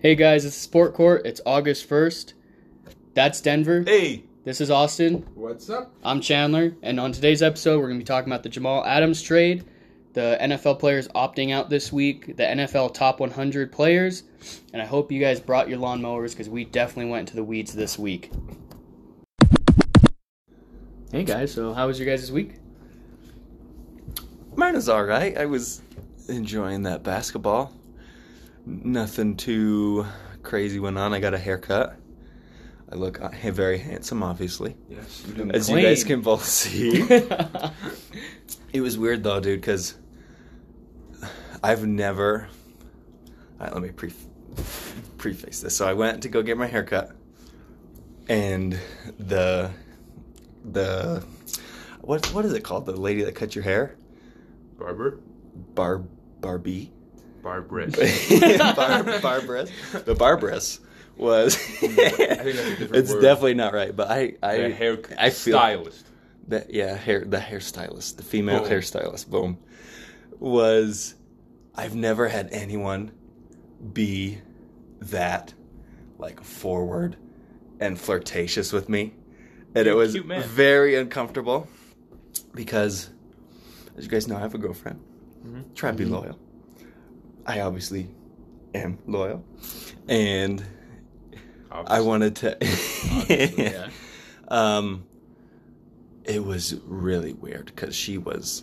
Hey guys, it's Sport Court. It's August 1st. That's Denver. Hey, This is Austin. what's up? I'm Chandler. And on today's episode, we're going to be talking about the Jamal Adams trade, the NFL players opting out this week, the NFL top 100 players. And I hope you guys brought your lawnmowers because we definitely went into the weeds this week. Hey guys, so how was your guys' week? Mine is all right. I was enjoying that basketball. Nothing too crazy went on. I got a haircut. I look uh, ha- very handsome, obviously, Yes, you didn't. as Clean. you guys can both see. it was weird though, dude, because I've never. All right, let me pre- preface this. So I went to go get my haircut, and the the what what is it called? The lady that cut your hair. Barber? Bar Barbie. Barbarous. Bar, barbarous. The barbarous was. that's a different it's word. definitely not right, but I I The hair I feel stylist. that yeah hair the hairstylist the female Boom. hairstylist boom was I've never had anyone be that like forward and flirtatious with me, and it was cute man. very uncomfortable because as you guys know I have a girlfriend. Mm-hmm. Try to be loyal. I obviously am loyal, and I Obviously. wanted to. yeah. Um, it was really weird because she was.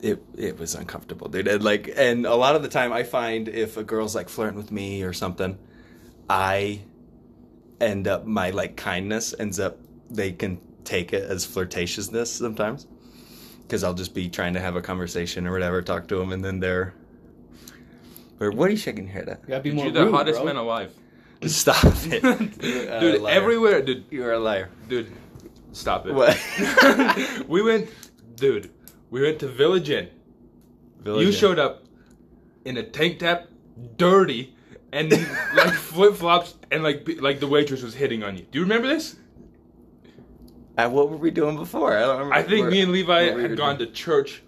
It it was uncomfortable, dude. And like, and a lot of the time, I find if a girl's like flirting with me or something, I end up my like kindness ends up they can take it as flirtatiousness sometimes because I'll just be trying to have a conversation or whatever, talk to them, and then they're. Or what are you shaking your head at? gotta be Dude, more You're the rude, hottest bro. man alive. Stop it, You are a dude, liar. everywhere. Dude, You are a liar. dude, stop it. What? we went, dude, we went to Village Inn. Village you Inn. showed up in a tank top, dirty, and like flip flops, and like be- like the waitress was hitting on you. Do you remember this? Uh, what were we doing before? I don't remember. I think We're- me and Levi what we were had gone to church,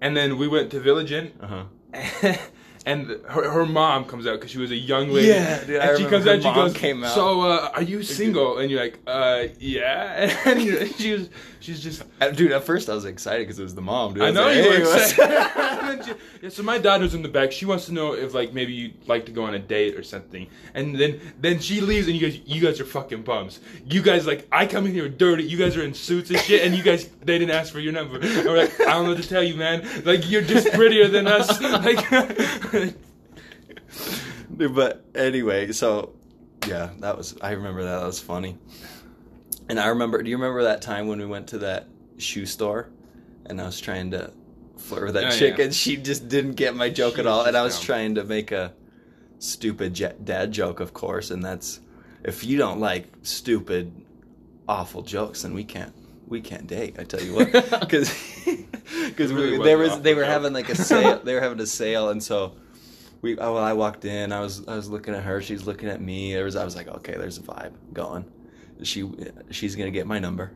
and then we went to Village Inn. doing. Uh-huh. and her, her mom comes out because she was a young lady. Yeah, dude, I and she remember comes her out. She mom goes, came out. "So, uh, are you single?" And you're like, "Uh, yeah." And you- she was, she's just. Uh, Dude, at first I was excited because it was the mom. Dude. I was know like, you were "Hey, what's excited. up?" And she- yeah, so my daughter's in the back. She wants to know if like maybe you would like to go on a date or something. And then then she leaves, and you guys you guys are fucking bums. You guys like I come in here dirty. You guys are in suits and shit, and you guys they didn't ask for your number. And we're like, I don't know what to tell you, man. Like you're just prettier than us. Like. Dude, but anyway, so yeah, that was. I remember that. That was funny. And I remember. Do you remember that time when we went to that shoe store, and I was trying to flirt with that Oh, chick, yeah. and she just didn't get my joke She at was all, and just I was dumb. trying to make a stupid ja dad joke, of course, and that's if you don't like stupid, awful jokes, then we can't. We can't date. I tell you what, because because really was there an was they awful were joke. having like a sale. they were having a sale, and so we oh, well, I walked in. I was I was looking at her. She's looking at me. There was I was like, okay, there's a vibe going. She she's gonna get my number,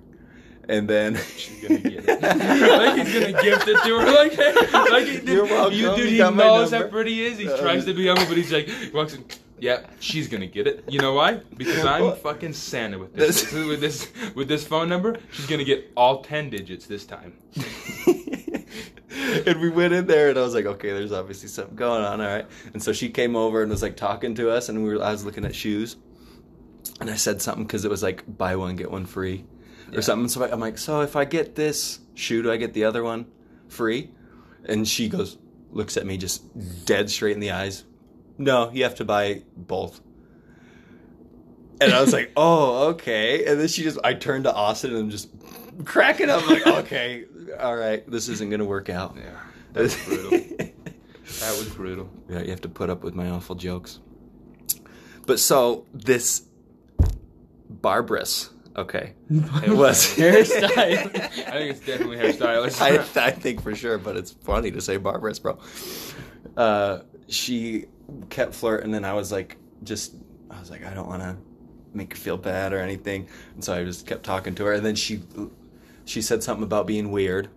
and then she's gonna get it. like he's gonna gift it to her. Like, hey, like he did, You're welcome, You, dude, you he got my knows how number. pretty he is. He Um, tries to be humble, but he's like, he walks in. Yeah, she's gonna get it. You know why? Because I'm What? fucking Santa with this. This- with this with this phone number. She's gonna get all ten digits this time. and we went in there, and I was like, okay, there's obviously something going on, all right. And so she came over and was like talking to us, and we were I was looking at shoes, and I said something because it was like buy one get one free, or something. So I, I'm like, so if I get this shoe, do I get the other one free? And she goes, looks at me just dead straight in the eyes. No, you have to buy both. And I was like, oh, okay. And then she just, I turned to Austin and just cracking up. like, okay, all right, this isn't going to work out. Yeah, that was brutal. That was brutal. Yeah, you have to put up with my awful jokes. But so this Barbarous, okay, it was. Hairstyle. I think it's definitely hairstylist. I, I think for sure, but it's funny to say barbarous, bro. Uh, she kept flirting, and I was like, just, I was like, I don't want to make her feel bad or anything, and so I just kept talking to her, and then she, she said something about being weird,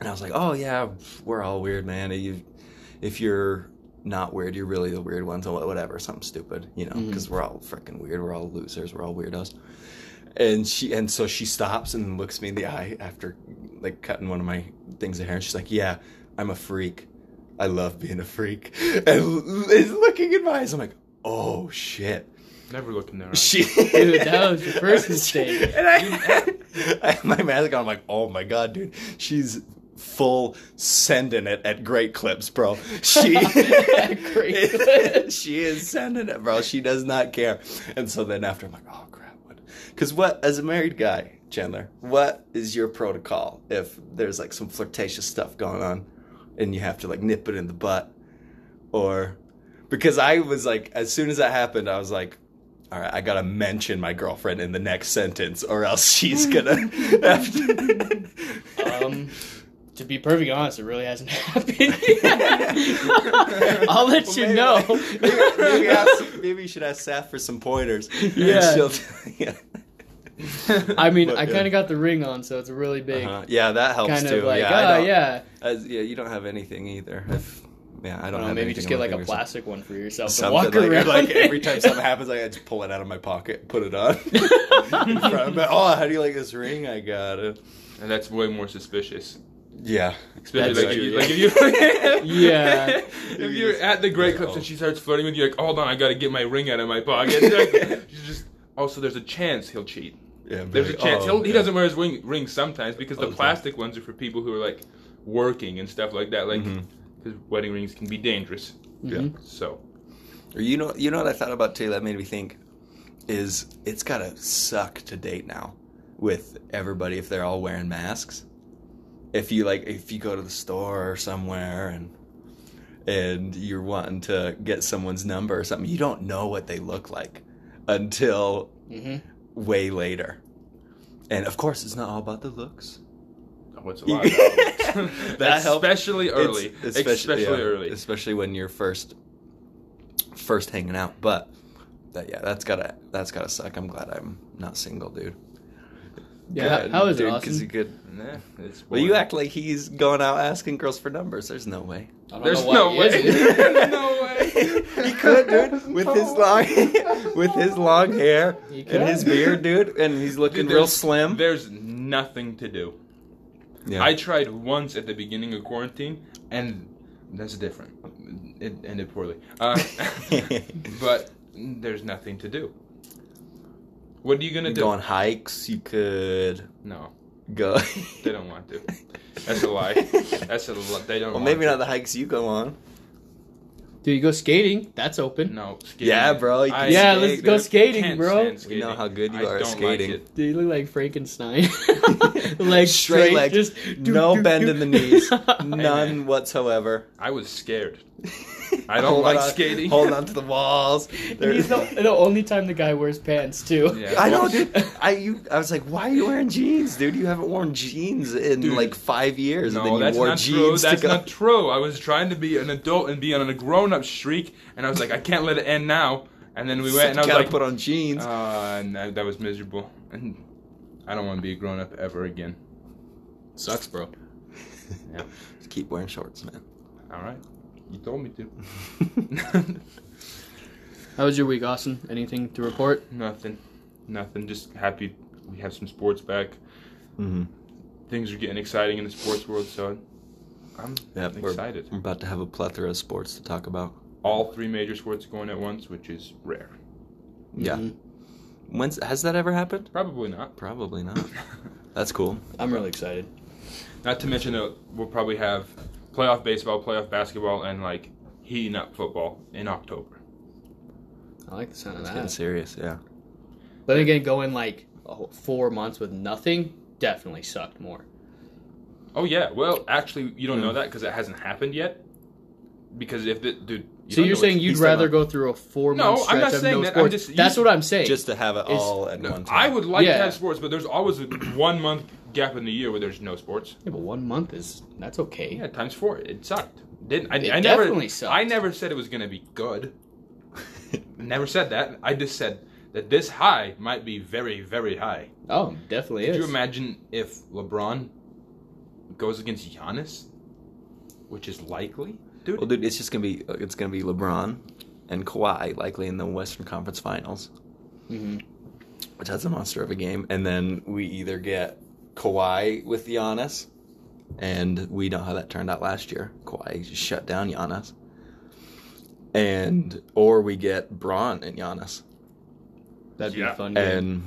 and I was like, oh yeah, we're all weird, man. You, if you're not weird. You're really the weird ones, or whatever, something stupid, you know, because we're all freaking weird. We're all losers. We're all weirdos. And she and so she stops and looks me in the eye after like cutting one of my things of hair. And she's like, "Yeah, I'm a freak. I love being a freak." And l- is looking in my eyes. I'm like, "Oh shit." Never look in there. She, Dude, that was your first mistake. And I, I had my mask on. I'm like, oh my god, dude, she's full sending it at great clips, bro. She, Great Clips. she is sending it, bro. She does not care. And so then after, I'm like, oh crap, what? Because what, as a married guy, Chandler, what is your protocol if there's like some flirtatious stuff going on, and you have to like nip it in the butt, or? Because I was like, as soon as that happened, I was like, all right, I gotta mention my girlfriend in the next sentence, or else she's gonna. have to- Um, to be perfectly honest, it really hasn't happened. I'll let Well, you maybe- know. maybe, maybe ask- maybe you should ask Saf for some pointers. and Yeah. she'll tell you. I mean, But, I yeah. kind of got the ring on, so it's really big. Uh-huh. Yeah, that helps Kind too. of like, yeah, I oh don't- yeah. as- yeah, you don't have anything either. If, yeah, I I don't don't know, have Oh, maybe anything just on get my like a fingers. plastic one for yourself and Something walk like, around. like every time something happens, like, I just pull it out of my pocket, put it on. in front of me. Oh, how do you like this ring? I got it. And that's way more suspicious. Yeah, Especially That's like, true, if yeah. you, like if you Yeah. if you're at the Great Clips and she starts flirting with you, like, hold on, I gotta get my ring out of my pocket. Like, you just also there's a chance he'll cheat. Yeah, but There's a like, chance oh, he'll, he yeah. doesn't wear his ring ring sometimes because the Okay. plastic ones are for people who are like working and stuff like that. Like, because Mm-hmm. wedding rings can be dangerous. Mm-hmm. Yeah. So Or you know, you know what I thought about too. That made me think is it's gotta suck to date now with everybody if they're all wearing masks. If you like, if you go to the store or somewhere and and you're wanting to get someone's number or something, you don't know what they look like until Mhm. way later. And of course, it's not all about the looks. oh, it's a lot. of That helps. especially early, It's- especially, yeah, early. especially when you're first first hanging out. But that, yeah, that's gotta that's gotta suck. I'm glad I'm not single, dude. Yeah, God, how is it, dude, Austin? you could. Nah, it's Well, you boring. act like he's going out asking girls for numbers. There's no way. I don't There's know why no he way. isn't. no way. he could, dude, with his long, with his long hair He and his could. beard, dude, and he's looking Dude, real there's- slim. There's nothing to do. Yeah. I tried once at the beginning of quarantine, and that's different. It ended poorly. Uh, but there's nothing to do. What are you gonna You do? go on hikes. You could No, go. they don't want to. That's a lie. That's a li- they don't. Well, want maybe to. not the hikes you go on. Dude, you go skating. That's open. No. Skating. Yeah, bro, you I can Yeah, skate, let's go dude. skating, can't bro. stand We know skating. how good you I are at don't like skating. it. Dude, you look like Frankenstein. legs Straight straight, legs, just no doo, doo, bend doo. in the knees, none man. whatsoever. I was scared. I don't Hold like on- skating. Hold on to the walls. There- He's the, the only time the guy wears pants too. Yeah. I know, dude. I you, I was like, why are you wearing jeans, dude? You haven't worn jeans in Dude. like five years, and then No, you that's wore not jeans true. to That's go- not true. I was trying to be an adult and be on a grown-up streak, and I was like, I can't let it end now. And then we So went, and I you was gotta like, put on jeans. Uh, no, that was miserable. And I don't want to be a grown up ever again. Sucks, bro. Yeah. Just keep wearing shorts, man. All right. You told me to. How was your week, Austin? Anything to report? Nothing. Nothing. Just happy we have some sports back. Mm-hmm. Things are getting exciting in the sports world, so I'm Yeah, we're, excited. we're about to have a plethora of sports to talk about. All three major sports going at once, which is rare. Yeah. Mhm. When's has that ever happened? Probably not. Probably not. That's cool. I'm really excited. Not to mention that we'll probably have playoff baseball, playoff basketball, and like heating up football in October. I like the sound of It's getting that. serious. Yeah. But then again, going like a whole four months with nothing definitely sucked more. Oh yeah. Well, actually, you don't know Hmm. that because it hasn't happened yet. Because if the dude, you so don't know you're saying what's- you'd he's talking rather about- go through a four No, month I'm stretch not of saying no that. I'm sports? just- you- That's what I'm saying. Just to have it Is- all at one time. I would like to Yeah. have sports, but there's always a one month gap in the year where there's no sports. yeah, but one month is that's okay. Yeah, times four. It sucked. Didn't I? It I never. definitely sucked. I never said it was gonna be good. never said that. I just said that this high might be very, very high. Oh, definitely Could is. you imagine if LeBron goes against Giannis, which is likely? Dude, Well, dude, it's just gonna be it's gonna be LeBron and Kawhi likely in the Western Conference Finals, hmm which that's a monster of a game. And then we either get Kawhi with Giannis, and we know how that turned out last year. Kawhi just shut down Giannis, and or we get Braun and Giannis. That'd be Yeah. a fun. game. And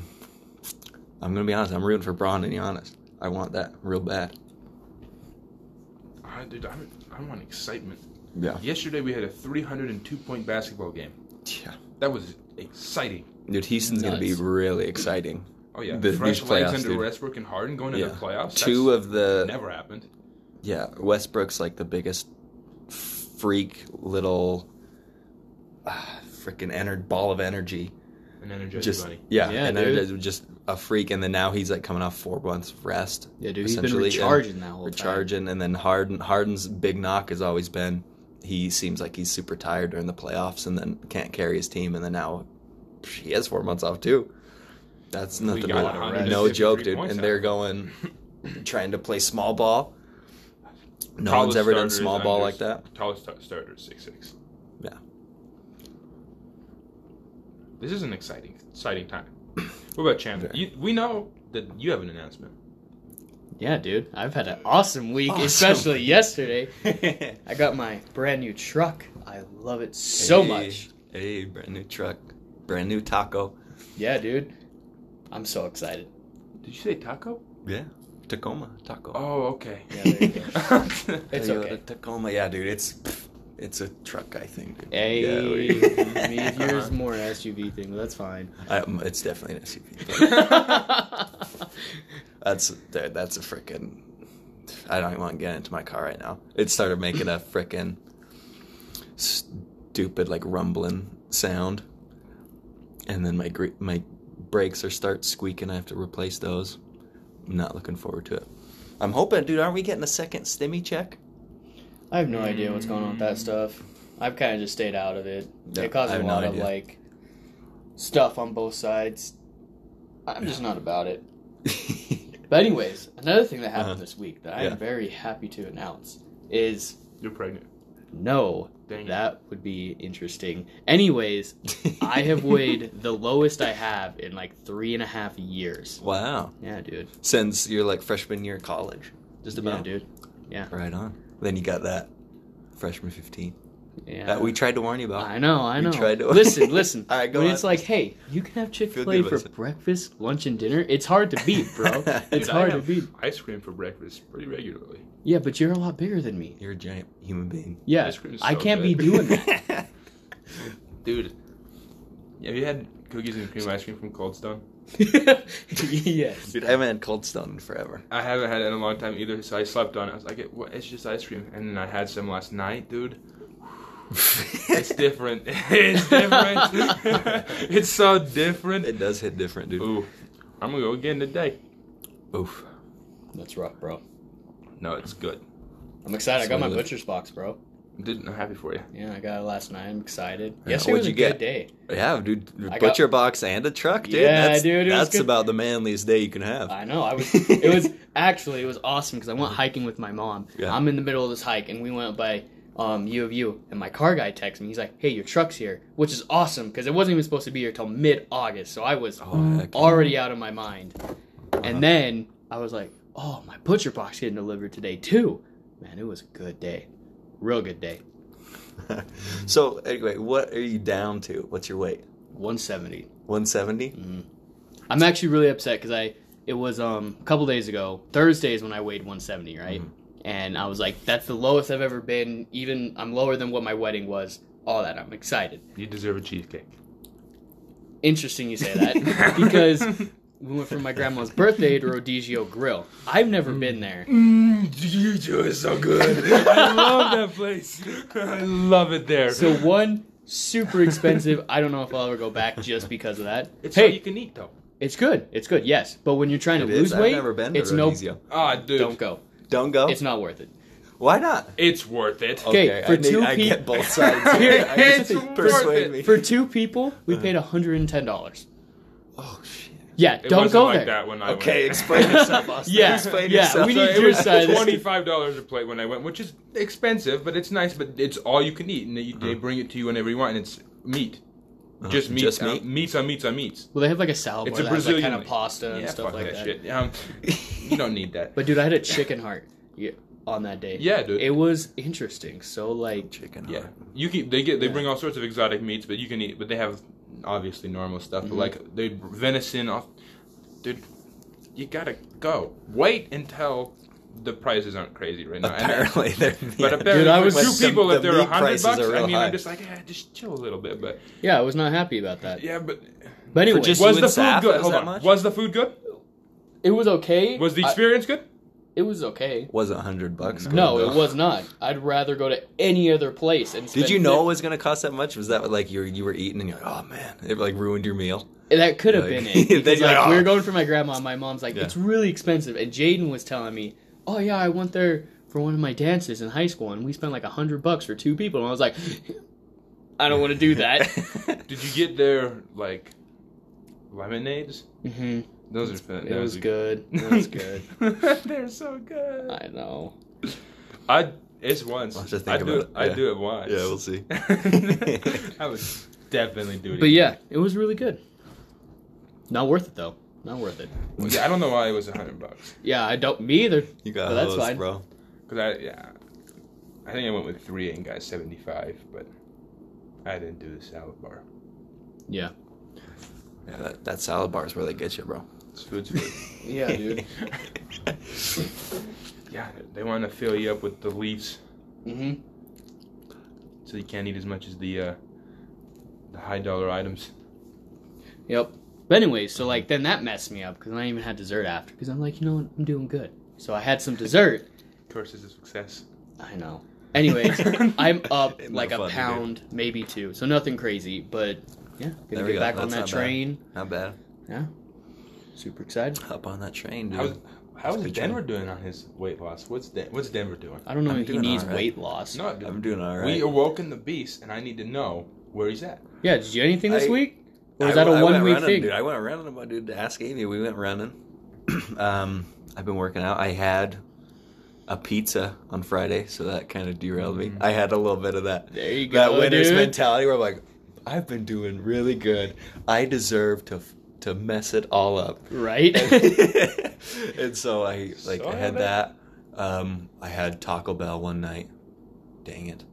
I'm gonna be honest, I'm rooting for Braun and Giannis. I want that real bad. I, dude, I'm, I want excitement. Yeah. Yesterday we had a 302 point basketball game. Yeah. That was exciting. Dude, Houston's gonna be Nuts. really exciting. Oh yeah, The- fresh these legs playoffs, under dude. Westbrook and Harden going into Yeah. the playoffs. Two of the that's never happened. Yeah, Westbrook's like the biggest freak little uh, freaking ener- ball of energy. An energized Just bunny. yeah, Yeah, and dude. energized- just a freak. And then now he's like coming off four months rest. yeah, dude, he's been essentially, and recharging that whole recharging, and then Harden. Harden's big knock has always been he seems like he's super tired during the playoffs, and then can't carry his team. And then now he has four months off too. That's nothing. got but- 153 no joke, dude. points And out they're of it. going trying to play small ball. No Tallest one's ever done starters small under- ball like that. Tallest sta- starter, six six. Yeah. This is an exciting, exciting time. What about champion? Very. You, we know that you have an announcement. time. Yeah, dude, I've had an awesome week, Awesome. especially yesterday. I got my brand new truck. I love it so Hey, much. Hey, brand new truck, brand new taco. Yeah, dude, I'm so excited. Did you say taco? Yeah, Tacoma taco. Oh, okay. Yeah, there you go. It's Toyota okay. Tacoma, yeah, dude. It's it's a truck, I think. dude. Hey, Yeah, we- Uh-huh. maybe yours more an SUV thing, but that's fine. I- um, it's definitely an SUV. That's dude, that's a freaking. I don't even want to get into my car right now. It started making a freaking stupid like rumbling sound, and then my gre- my brakes are start squeaking. I have to replace those. I'm not looking forward to it. I'm hoping, dude. Aren't we getting a second stimmy check? I have no idea what's going on with that stuff. I've kind of just stayed out of it. Yeah, it causes I a have Mm. no lot of idea. like stuff on both sides. I'm just not about it. But anyways, another thing that happened Uh-huh. this week that I Yeah. am very happy to announce is You're pregnant. no, Dang it. that would be interesting. Anyways, I have weighed the lowest I have in like three and a half years. wow. Yeah, dude. Since you're like freshman year of college, just Yeah, about. dude. Yeah. Right on. Then you got that freshman 15 Yeah. that we tried to warn you about. I know, I We know. tried to- Listen, listen. All right, go when on. it's like, hey, you can have Chick Fil A good for about it. breakfast, lunch, and dinner. It's hard to beat, bro. Dude, It's Dude, I hard to have beat. Ice cream for breakfast pretty regularly. Yeah, but you're a lot bigger than me. You're a giant human being. Yeah, Ice cream is I so can't good. be doing that. Dude, have you had cookies and cream ice cream from Cold Stone? yes. Dude, I haven't had Cold Stone in forever. I haven't had it in a long time either, so I slept on it. I was like, it, well, it's just ice cream. And then I had some last night, dude. It's different. it's different. it's so different. It does hit different, dude. Ooh, I'm gonna go again today. Oof. That's rough, bro. No, it's good. I'm excited. I So got my the- butcher's box, bro. Didn't I'm happy for you. Yeah, I got it last night. I'm excited. Yeah, Yesterday what'd was a you good get? day. Yeah, dude. I got- Butcher box and a truck, dude. Yeah, that's, dude, it was That's good. about the manliest day you can have. I know. I was. It was actually it was awesome because I went hiking with my mom. Yeah. I'm in the middle of this hike, and we went by um, U of U, and my car guy texts me. He's like, "Hey, your truck's here," which is awesome because it wasn't even supposed to be here till mid August, so I was Oh, heck. Uh-huh. already out of my mind. And then I was like, "Oh, my butcher box getting delivered today too." Man, it was a good day, real good day. so, anyway, what are you down to? What's your weight? 170. 170? Mm. I'm actually really upset because I it was um a couple days ago Thursdays when I weighed 170 right Mm-hmm. and I was like that's the lowest I've ever been even I'm lower than what my wedding was all that I'm excited You deserve a cheesecake. interesting you say that because we went from my grandma's birthday to Rodizio Grill I've never Mm. been there Mm, Mmm, you do it so good. I love that place. I love it there. so one super expensive I don't know if I'll ever go back just because of that it's all hey you can eat though. it's good it's good yes but when you're trying It to is. lose I've weight never been to it's no Rodizio. Ah, dude, don't go Don't go? it's not worth it Why not? it's worth it. Okay, for I need- two I peop- get both sides. Here, I just it's worth persuade it. me. For two people, we paid $110. oh, shit. Yeah, It don't wasn't go like there. that when I Okay, went. explain yourself, Austin. Yeah, explain yeah, yourself. we So need it your was side of the twenty five dollars a plate when I went, which is expensive, but it's nice. But it's all you can eat, and they, Uh-huh. they bring it to you whenever you want, and it's meat, just meat, just uh, meat? meats on meats on meats. Well, they have like a salad It's bar a that has, like, Brazilian kind of pasta and yeah, stuff fuck like that, that. shit. Um, you don't need that. But dude, I had a chicken heart yeah, on that day. Yeah, dude. It was interesting. So like, chicken Yeah, heart. you can. They get. They bring all sorts of exotic meats, but you can eat. But they have obviously normal stuff. Mm-hmm. But like they venison off. Dude, you gotta go. Wait until the prices aren't crazy right now. And- Apparently, they're. but yeah. apparently, Dude, I for was- two The- people, the if they're a meat hundred prices bucks, are I real mean, high. I'm just like, ah, just chill a little bit. But yeah, I was not happy about that. yeah, but But anyway, just- was you the and food Saf, good? was Hold that on. much? Was the food good? it was okay. Was the I- experience good? it was okay. wasn't 100 bucks. No, good, it though. was not. I'd rather go to any other place and. Spend Did you know it was going to cost that much? Was that like you were, you were eating and you're like, oh man, it like ruined your meal? That could have been Like- Then it. Because, you're like, like, we "Oh." were going for my grandma. and My mom's like, Yeah. it's really expensive. And Jaden was telling me, oh yeah, I went there for one of my dances in high school, and we spent like a hundred bucks for two people. And I was like, I don't want to do that. Did you get their like lemonades? hmm Those are. It was good. It was good. They're so good. I know. I it's once. I'll have to I think do. about it, I yeah. do it once. yeah, we'll see. I would definitely do it. But again. yeah, it was really good. Not worth it though. Not worth it. yeah, I don't know why it was a hundred bucks. Yeah, I don't. Me either. You got But that's hosed, fine. bro. Cause I yeah, I think I went with three and got seventy five, but I didn't do the salad bar. Yeah. Yeah, that, that salad bar is where they get you, bro. It's food's food. Yeah, dude. yeah, they want to fill you up with the leaves hmm so you can't eat as much as the uh, the high dollar items. Yep. But anyway, so like then that messed me up because I even had dessert after because I'm like, you know what, I'm doing good. So I had some dessert. Curses of success. I know. Anyways, I'm up Ain't no like a fun, dude. pound, maybe two. So nothing crazy, but yeah, There gonna get we go. back on That's that not bad. train. Not bad. Super excited. Hop on that train, dude. How's, That's how's good Denver doing on his weight loss? What's Dan- What's Denver doing? I don't know I'm if he doing needs alright. weight loss. No, dude. I'm doing all right. We awoken the beast, and I need to know where he's at. Yeah, did you do anything this I- week? Or was I- that a I went one week running, thing? Dude. I went running, my dude. To ask Amy, we went running. um, I've been working out. I had a pizza on Friday, so that kind of derailed me. Mm-hmm. I had a little bit of that. There you That go, winner's dude. mentality, where I'm like, I've been doing really good. I deserve to f- to mess it all up. Right? and so I like I Son had of a- that. Um, I had Taco Bell one night. Dang it.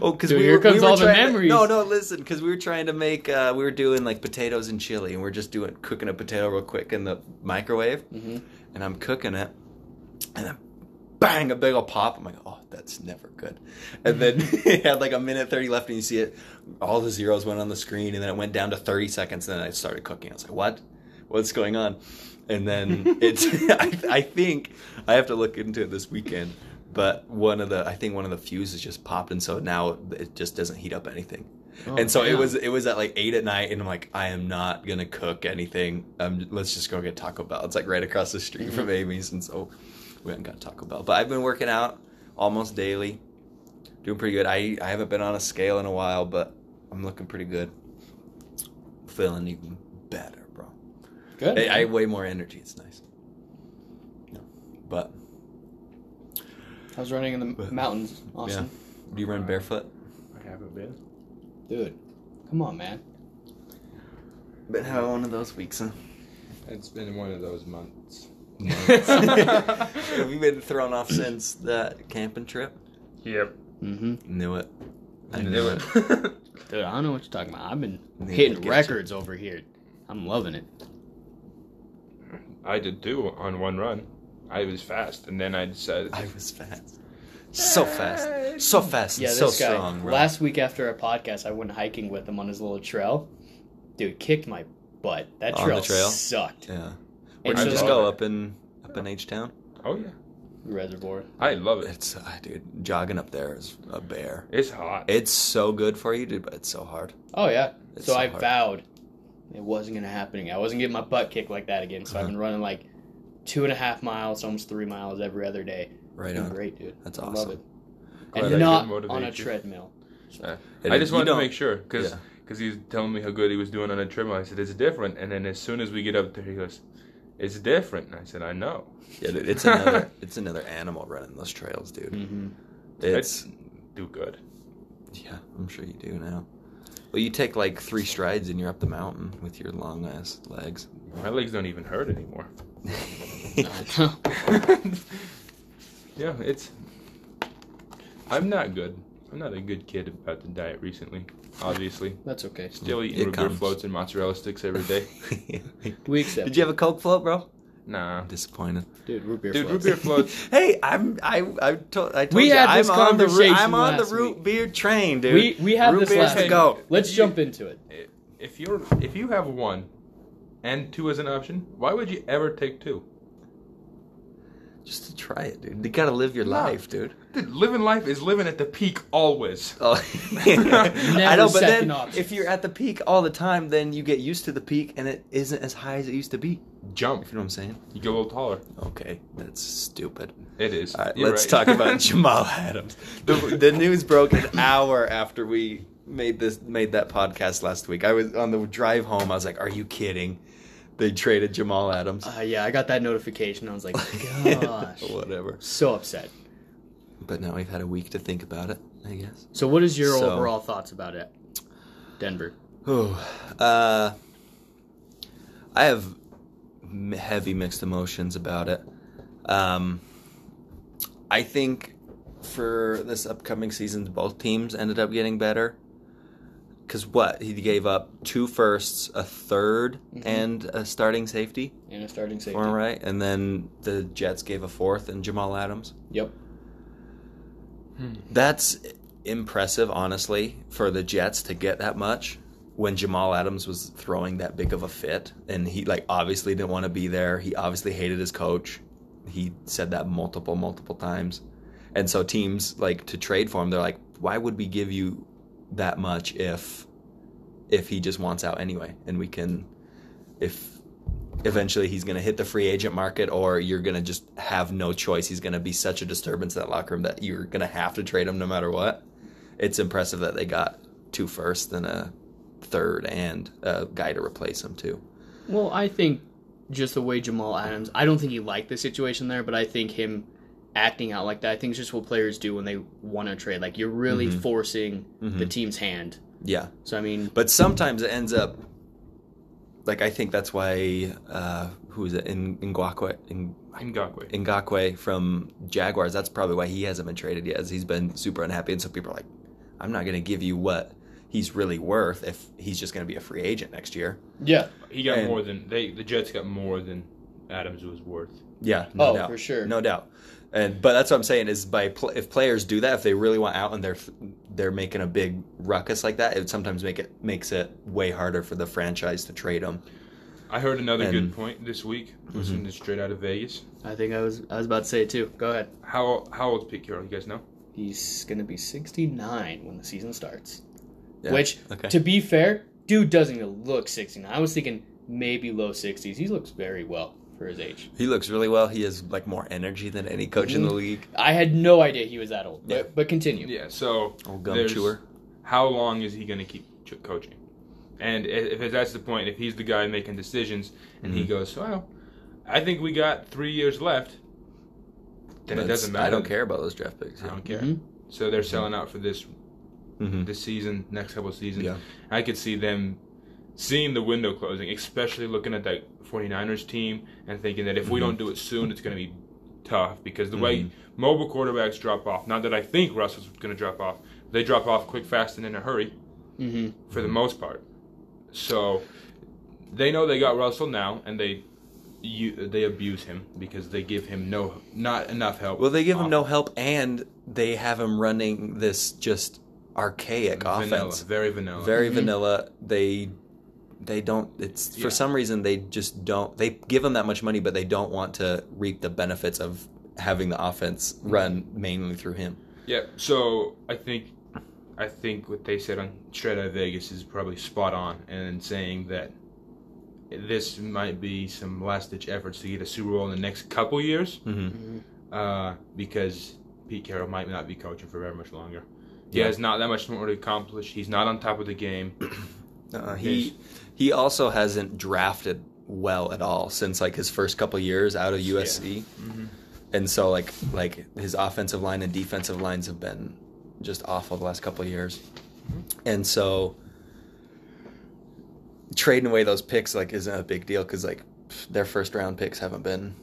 oh, because Dude, we here were, comes we were all the trying to- memories. no, no, listen, because we were trying to make uh, we were doing like potatoes and chili, and we're just doing cooking a potato real quick in the microwave, Mm-hmm. and I'm cooking it, and I'm bang a big old pop. I'm like, oh, that's never good. And then it had like a minute thirty left, and you see it. All the zeros went on the screen, and then it went down to thirty seconds. And then I started cooking. I was like, what? What's going on? And then it's. I, I think I have to look into it this weekend. But one of the, I think one of the fuses just popped, and so now it just doesn't heat up anything. Oh, and so it damn. was, it was at like eight at night, and I'm like, I am not gonna cook anything. Um, let's just go get Taco Bell. It's like right across the street from Amy's, and so we haven't got Taco Bell, but I've been working out almost daily, doing pretty good. I I haven't been on a scale in a while, but I'm looking pretty good. Feeling even better, bro. Good. I, I have way more energy. It's nice. Yeah. But I was running in the But- mountains, Austin. do you run barefoot? I haven't been. Dude, come on, man. Been having one of those weeks, huh? It's been one of those months. have you been thrown off since that camping trip? Yep. Mm-hmm. Knew it. I knew And they it. were- Dude, I don't know what you're talking about. I've been Need to hitting get you. records over here. I'm loving it. I did too on one run. I was fast, and then I decided. I was fast. So fast. So fast. Yeah, and this so guy. strong, bro. Last week after our podcast, I went hiking with him on his little trail. Dude, kicked my butt. That On trail, the trail? sucked. Yeah. And Where'd I you so- just love go it. up in up in H Town? oh yeah, Reservoir. I love it. It's uh, dude, jogging up there is a bear. It's hot. It's so good for you, dude, but it's so hard. Oh yeah. It's so, so I hard. vowed it wasn't gonna happen. I wasn't getting my butt kicked like that again. So I've Uh-huh. been running like two and a half miles, almost three miles every other day. Right It's been on. great, dude. That's I awesome. Love it. Glad I and can not motivate on a you. treadmill. I just wanted to make sure because Yeah. because he was telling me how good he was doing on a trim. I said, "It's different." And then as soon as we get up there, he goes, "It's different." And I said, "I know." Yeah, dude, it's another it's another animal running those trails, dude. Mm-hmm. It's Do good. yeah, I'm sure you do now. Well, you take like three strides and you're up the mountain with your long ass legs. My legs don't even hurt anymore. yeah, it's. I'm not good. I'm not a good kid about the diet recently. Obviously, That's okay. still It eating root beer comes. floats and mozzarella sticks every day. We accept. Did you have a Coke float, bro? Nah, Disappointed. Dude, root beer dude, root floats. beer floats. hey, I'm I I told I told We you had I'm this on the root- conversation I'm on the last root week. beer train, dude. We we have root this beer's last the week. go. Let's You- jump into it. If you're if you have one, and two as an option, why would you ever take two? Just to try it, dude. You gotta live your No. life, dude. Dude, living life is living at the peak always. Oh, I know. But second then, options. if you're at the peak all the time, then you get used to the peak, and it isn't as high as it used to be. Jump. If you know what I'm saying? You get a little taller. Okay, that's stupid. It is. All right, You're let's right. talk about Jamal Adams. The, the news broke an hour after we made this made that podcast last week. I was on the drive home. I was like, "Are you kidding? They traded Jamal Adams." Uh, yeah, I got that notification. I was like, Oh gosh, Whatever. so upset. But now we've had a week to think about it. I guess. So, what is your So- overall thoughts about it, Denver? Oh, uh, I have m- heavy mixed emotions about it. Um, I think for this upcoming season, both teams ended up getting better. Cause what he gave up two firsts, a 3rd and a starting safety. In a starting safety. All right, and then the Jets gave a fourth and Jamal Adams. Yep. That's impressive, honestly, for the Jets to get that much when Jamal Adams was throwing that big of a fit. And he, like, obviously didn't want to be there. He obviously hated his coach. He said that multiple, multiple times. And so teams, like, to trade for him, they're like, why would we give you that much if if he just wants out anyway and we can if eventually he's going to hit the free agent market or you're going to just have no choice. He's going to be such a disturbance in that locker room that you're going to have to trade him no matter what. It's impressive that they got two firsts and a third and a guy to replace him too. Well, I think just the way Jamal Adams, I don't think he liked the situation there, but I think him acting out like that, I think it's just what players do when they want to trade. Like, you're really Mm-hmm. forcing the team's hand. Yeah. So, I mean, But sometimes it ends up like I think that's why uh who is it in Ngakwe in Ngakwe. Ngakwe from Jaguars. That's probably why he hasn't been traded yet. Is he's been super unhappy, and so people are like, "I'm not going to give you what he's really worth if he's just going to be a free agent next year." yeah. He got And- more than they. The Jets got more than Adams was worth. Yeah, no Oh, doubt. for sure. no doubt. And but that's what I'm saying is by pl- if players do that, if they really want out and they're they're making a big ruckus like that, it sometimes make it makes it way harder for the franchise to trade them. I heard another And- Mm-hmm. good point this week. Listening to straight out of Vegas. I think I was I was about to say it too. Go ahead. How how old's Pete Carroll? You guys know? He's going to be 69 when the season starts. Yeah. Which, okay. to be fair, dude doesn't even look 69. I was thinking maybe low 60s. He looks very well for his age. he looks really well. He has like more energy than any coach in the Mm-hmm. league. I had no idea he was that old. But, Yeah. but continue. Yeah. So Old gum there's- chewer. How long is he going to keep ch- coaching? And i- if that's the point, if he's the guy making decisions, and Mm-hmm. he goes, well, I think we got three years left. Then it That's- doesn't matter. Mm-hmm. I don't care about those draft picks. I Yeah. don't care. Mhm. So they're selling out for this Mhm. this season, next couple of seasons. Yeah. I could see them seeing the window closing, especially looking at that 49ers team and thinking that if we Mm-hmm. don't do it soon, it's going to be tough because the way mobile quarterbacks drop off, not that I think Russell's going to drop off, they drop off quick, fast, and in a hurry hmm for Mm-hmm. the most part. So they know they got Russell now, and they you, they abuse him because they give him no not enough help. Well, they give him off- no help, and they have him running this just archaic vanilla, offense, very vanilla. very vanilla. They they don't. It's Yeah. for some reason they just don't. They give him that much money, but they don't want to reap the benefits of having the offense Mm-hmm. run mainly through him. Yeah, so I think I think what they said on Straight Outta Vegas is probably spot on, and saying that this might be some last ditch efforts to get a Super Bowl in the next couple years, Mm-hmm. uh, because Pete Carroll might not be coaching for very much longer. He Yeah. has not that much more to accomplish. He's not on top of the game. Uh, he he also hasn't drafted well at all since like his first couple years out of USC, and so like like his offensive line and defensive lines have been just awful the last couple of years, and so trading away those picks like isn't a big deal because like pff, their first round picks haven't been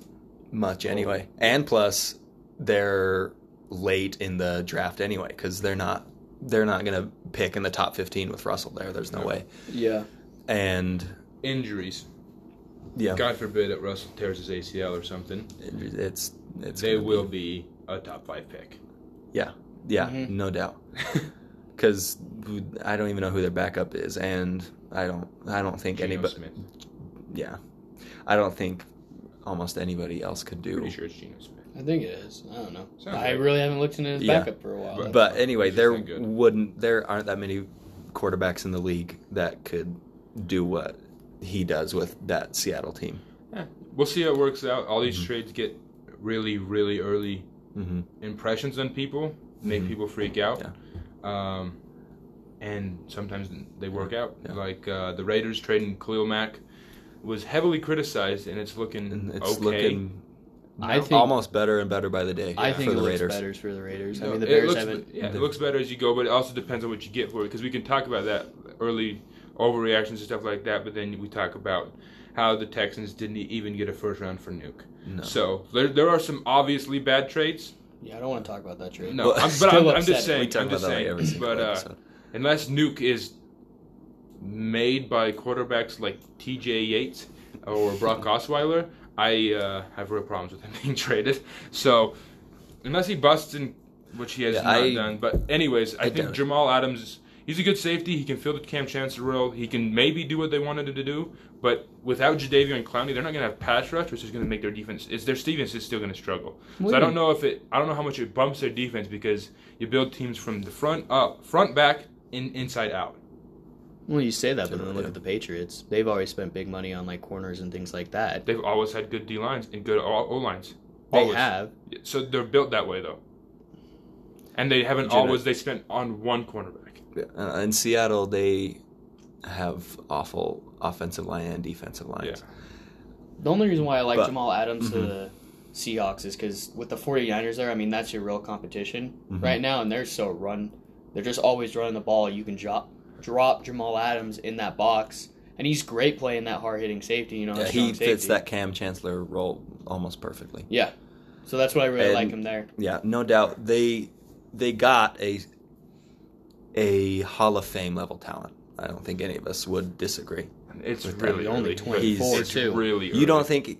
much anyway, and plus they're late in the draft anyway because they're not they're not gonna pick in the top fifteen with Russell there. There's no way, Yeah. and Injuries. yeah, God forbid that Russell tears his ACL or something. it- it's it's they gonna be- will be a top five pick. yeah yeah Mhm. no doubt because I don't even know who their backup is, and I don't I don't think Geno anybody Smith. yeah I don't think almost anybody else could do. Pretty sure it's Geno Smith. I think it is. I don't know. Sounds I right. really haven't looked into his Yeah. backup for a while. But- But anyway, He's just there that good. wouldn't there aren't that many quarterbacks in the league that could do what he does with that Seattle team. Yeah. We'll see how it works out. All Mm-hmm. these trades get really, really early hmm impressions on people, make Mhm. people freak out. Um, and sometimes they work out. Yeah. Like uh, the Raiders trading Khalil Mack was heavily criticized, and it's looking And it's okay. looking I think almost better and better by the day I for think it the looks Raiders. better for the Raiders. I No, mean, the it Bears looks, haven't. yeah, it looks better as you go, but it also depends on what you get for it because we can talk about that early overreactions and stuff like that, but then we talk about how the Texans didn't even get a first round for Nuke. No. So there, there are some obviously bad traits. Yeah, I don't want to talk about that trade. No, Well, I'm, still but I'm, I'm upsetting. just we saying. talk I'm about just that like saying. every single but uh, episode. unless Nuke is made by quarterbacks like T.J. Yates or Brock Osweiler, I uh, have real problems with him being traded. So unless he busts in, which he has Yeah, not I- done. But anyways, I, I doubt think it. Jamal Adams. is- He's a good safety. He can fill the Cam Chancellor role. He can maybe do what they wanted him to do, but without Jadavion Clowney, they're not going to have pass rush, which is going to make their defense. Is their defense is still going to struggle. So I don't know if it. I don't know how much it bumps their defense because you build teams from the front up, front back, in inside out. Well, you say that, but then Generally, look yeah. at the Patriots. They've already spent big money on like corners and things like that. They've always had good D lines and good O lines. They Always. have. So they're built that way though, and they haven't Gener- always. They spent on one cornerback. Uh, in Seattle, they have awful offensive line and defensive Yeah. lines. The only reason why I like But- mm-hmm. Jamal Adams to the Seahawks is because with the 49ers there, I mean, that's your real competition Mhm. right now, and they're so run. They're just always running the ball. You can drop, drop Jamal Adams in that box, and he's great playing that hard hitting safety. You know, Yeah, a he strong fits safety. that Cam Chancellor role almost perfectly. Yeah. So that's what I really And- like him there. Yeah, no doubt they they got a a Hall of Fame level talent. I don't think any of us would disagree. It's With really that, only early. 24 it's too. really early. You don't think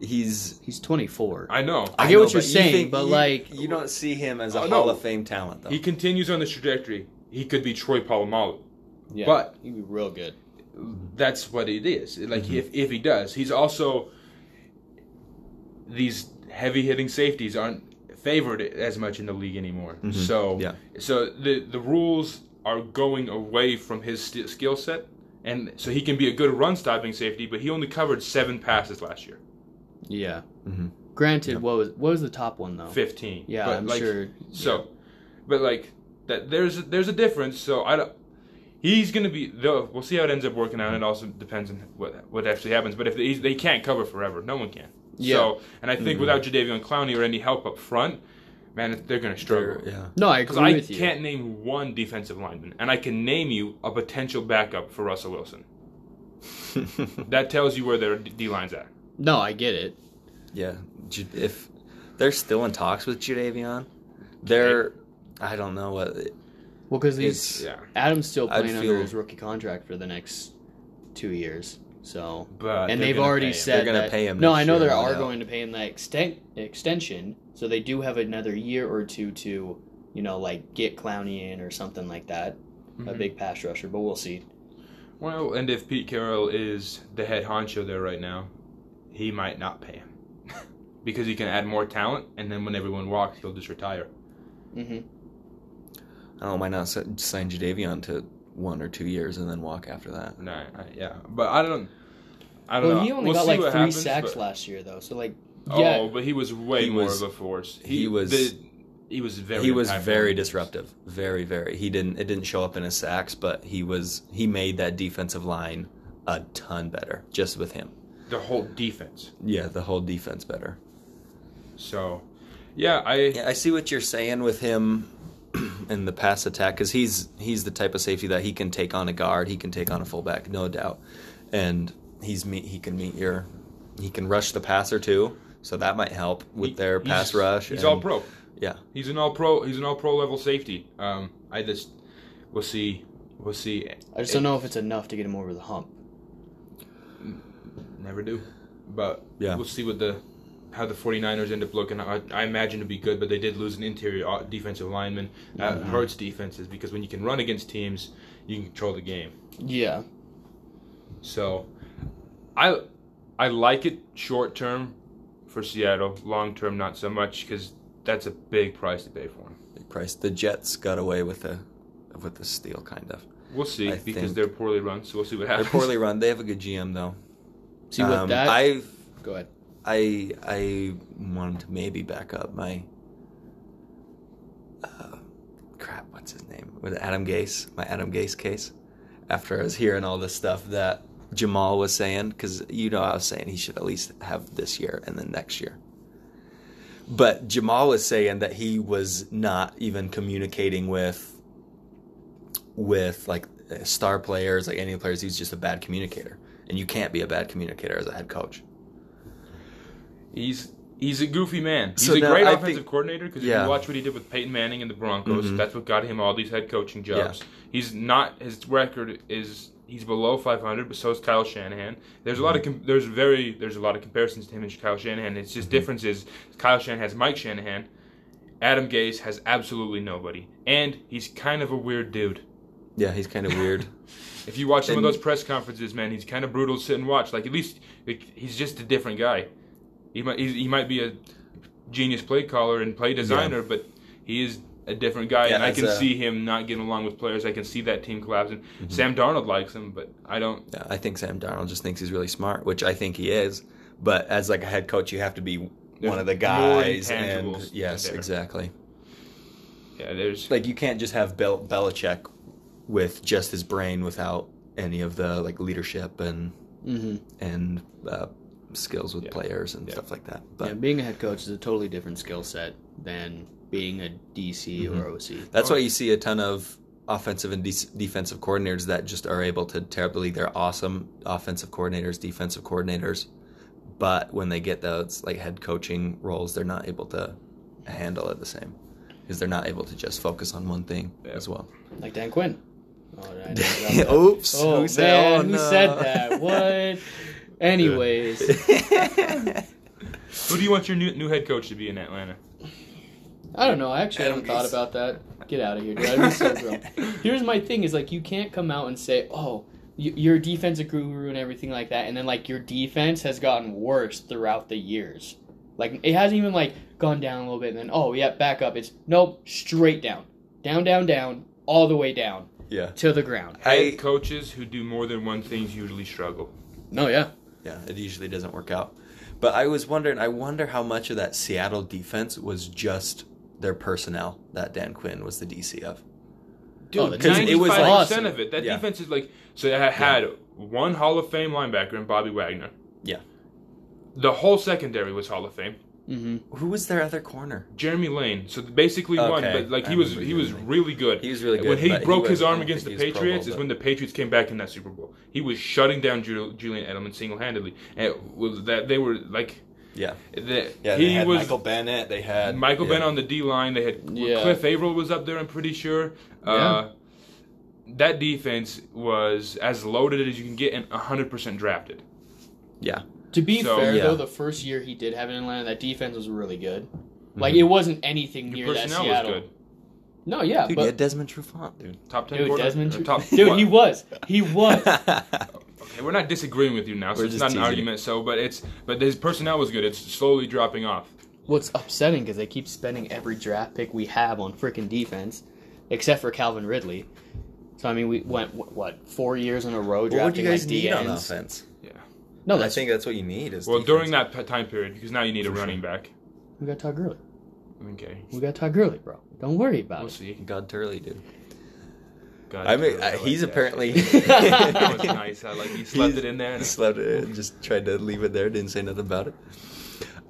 he's? He's 24. I know. I get what know, you're but you saying, think- but, you- like- you don't see him as a Oh, no. Hall of Fame talent, though. He continues on this trajectory. He could be Troy Polamalu. yeah, but- he'd be real good. That's what it is. Like Mm-hmm. if if he does, he's also these heavy hitting safeties aren't favored as much in the league anymore. Mm-hmm. Mm-hmm. So Yeah. so the the rules are going away from his st- skill set. And so he can be a good run stopping safety, but he only covered seven passes last year, Yeah. Mhm. Granted, what was what was the top one though? fifteen. Oh. Yeah, but I'm like, sure. So, but like that, there's there's a difference. So I don't. He's gonna be. Though we'll see how it ends up working out. It also depends on what what actually happens. But if they, they can't cover forever, no one can. Yeah. Mm-hmm. So, and I think without Jadavion Clowney or any help up front, man, they're gonna struggle. yeah, No, I Because agree I with you. can't name one defensive lineman, and I can name you a potential backup for Russell Wilson. That tells you where their D line's at. No, I get it. yeah. Ju- If they're still in talks with Jadavion, they're I don't know what Well, because it's he's Yeah, Adam's still I'd playing under feel- his rookie contract for the next two years. So, but and they're they've gonna already pay him. said Uh, They're gonna that- pay him No, next I know year, they no are doubt. going to pay him that extent extension. So they do have another year or two to, you know, like get Clowney in or something like that, a Mhm. big pass rusher. But we'll see. Well, and if Pete Carroll is the head honcho there right now, he might not pay him because he can add more talent, and then when everyone walks, he'll just retire. Mm-hmm. hmm I don't know, why not s- sign Jadavion to one or two years and then walk after that? Nah, I, yeah, but I don't. I don't Well, know. he only We'll got see like three what happens, sacks but- last year though. So like, Oh, yeah, but he was way He more was- of a force. he was- The, He was very. he was impactful. very disruptive very very he didn't it didn't show up in his sacks but he was he made that defensive line a ton better just with him The whole defense. yeah the whole defense better So, yeah, I yeah i see what you're saying with him in the pass attack because he's he's the type of safety that he can take on a guard he can take on a fullback no doubt and he's meet he can meet your he can rush the passer too so that might help with he- their he's- pass rush He's and- all pro. yeah He's an all pro. He's an all pro level safety. Um, I just we'll see. We'll see. I just don't know if it's enough to get him over the hump. Never do. But Yeah. we'll see what the how the 49ers end up looking. I, I imagine to be good, but they did lose an interior o- defensive lineman. That Mm-hmm. hurts defenses because when you can run against teams, you can control the game. Yeah. So, I I like it short term for Seattle. Long term, not so much because that's a big price to pay for him. big price the jets got away with the with the steal kind of We'll see I because think- they're poorly run. So we'll see what They're happens. poorly run. They have a good GM though. See with Um, that. I go ahead. I I wanted to maybe back up my uh, crap. What's his name? With Adam Gase, my Adam Gase case. After I was hearing all this stuff that Jamal was saying, because you know I was saying he should at least have this year and then next year. But Jamal was saying that he was not even communicating with with like uh, star players, like any players. He's just a bad communicator, and you can't be a bad communicator as a head coach. He's he's a goofy man. He's So a now great I offensive think- coordinator because if yeah. you watch what he did with Peyton Manning and the Broncos, Mhm. that's what got him all these head coaching jobs. He's not his record is he's below 500, but so is Kyle Shanahan. There's a lot Mm-hmm. of com- there's very there's a lot of comparisons to him and Kyle Shanahan. It's Mm-hmm. just difference is Kyle Shanahan has Mike Shanahan, Adam Gase has absolutely nobody, and he's kind of a weird dude. Yeah, he's kind of weird. If you watch some of And- those press conferences, man, he's kind of brutal to sit and watch. Like at least like, he's just a different guy. He might he's, he might be a genius play caller and play designer, but he is a different guy, Yeah, and I as can a- Mm-hmm. see him not getting along with players. I can see that team collapsing. Sam Darnold likes him, but I don't. Yeah, I think Sam Darnold just thinks he's really smart, which I think he is. But as like a head coach, you have to be one of the more guys. And intangibles yes, there. exactly. Yeah, there's Like you can't just have Bel- Belichick with just his brain without any of the like leadership and Mm-hmm. and uh, skills with Yeah. players and Yeah. stuff like that. But Yeah, being a head coach is a totally different skill set than being a DC Mm-hmm. or OC. That's why you see a ton of offensive and de- defensive coordinators that just are able to tear up the league. They're awesome offensive coordinators, defensive coordinators, but when they get those like head coaching roles, they're not able to handle it the same because they're not able to just focus on one thing Yeah. as well. Like Dan Quinn. Oh, I know about that. Oops! oh who man, said, oh, who no. said that? What? Anyways, who do you want your new new head coach to be in Atlanta? I don't know. I actually Adam haven't thought Gase. about that. Get out of here, dude. I'd be so drunk. Here's my thing: is like you can't come out and say, "Oh, y- you're a defensive guru and everything like that," and then like your defense has gotten worse throughout the years. Like it hasn't even like gone down a little bit, and then oh yeah, back up. It's nope, straight down, down, down, down, all the way down yeah, to the ground. I Head coaches who do more than one thing usually struggle. No, yeah, yeah, it usually doesn't work out. But I was wondering, I wonder how much of that Seattle defense was just their personnel that Dan Quinn was the DC of. Oh, Dude, the defense ninety-five was awesome. percent of it. That Yeah. defense is like so. It had- had one Hall of Fame linebacker in Bobby Wagner. Yeah. The whole secondary was Hall of Fame. mm-hmm. Who was their other corner? Jeremy Lane. So basically one, Okay, but like I he was remember he Jeremy was Lane. really good. He was really When good, he but he broke his wasn't- I arm don't against the think he was Pro Patriots Bowl, is but- when the Patriots came back in that Super Bowl. He was shutting down Ju- Julian Edelman single handedly, and was that they were like Yeah. the, Yeah, he they had was Michael Bennett. They had Michael yeah. Ben on the D line. They had Yeah. Cliff Averill was up there. I'm pretty sure. Uh, That defense was as loaded as you can get and 100% drafted. Yeah, To be So- fair, Yeah. though, the first year he did have it in Atlanta, that defense was really good. Like it wasn't anything Mm-hmm. Your near that personnel Seattle. was good. No, yeah, dude, but he had Desmond Trufant, dude. Top 10 dude, quarter- Desmond, or Tr- top dude, one. he was, he was. Okay, we're not disagreeing with you now, so We're it's just not an teasing. argument. So, but it's but his personnel was good. It's slowly dropping off. What's upsetting because they keep spending every draft pick we have on freaking defense, except for Calvin Ridley. So I mean, we went wh- what four years in a row drafting what would you guys like need on DNs. offense? Yeah. No, I that's think that's what you need. Is Well, defense. during that p- time period, because now you need a running back. we got Todd Gurley. Okay. We got Todd Gurley, bro. Don't worry about We'll it. see. God Turley, dude. God, I mean, really I, like he's that. apparently. That was nice. I like he slept it in there. He and- slept it in, just tried to leave it there, didn't say nothing about it.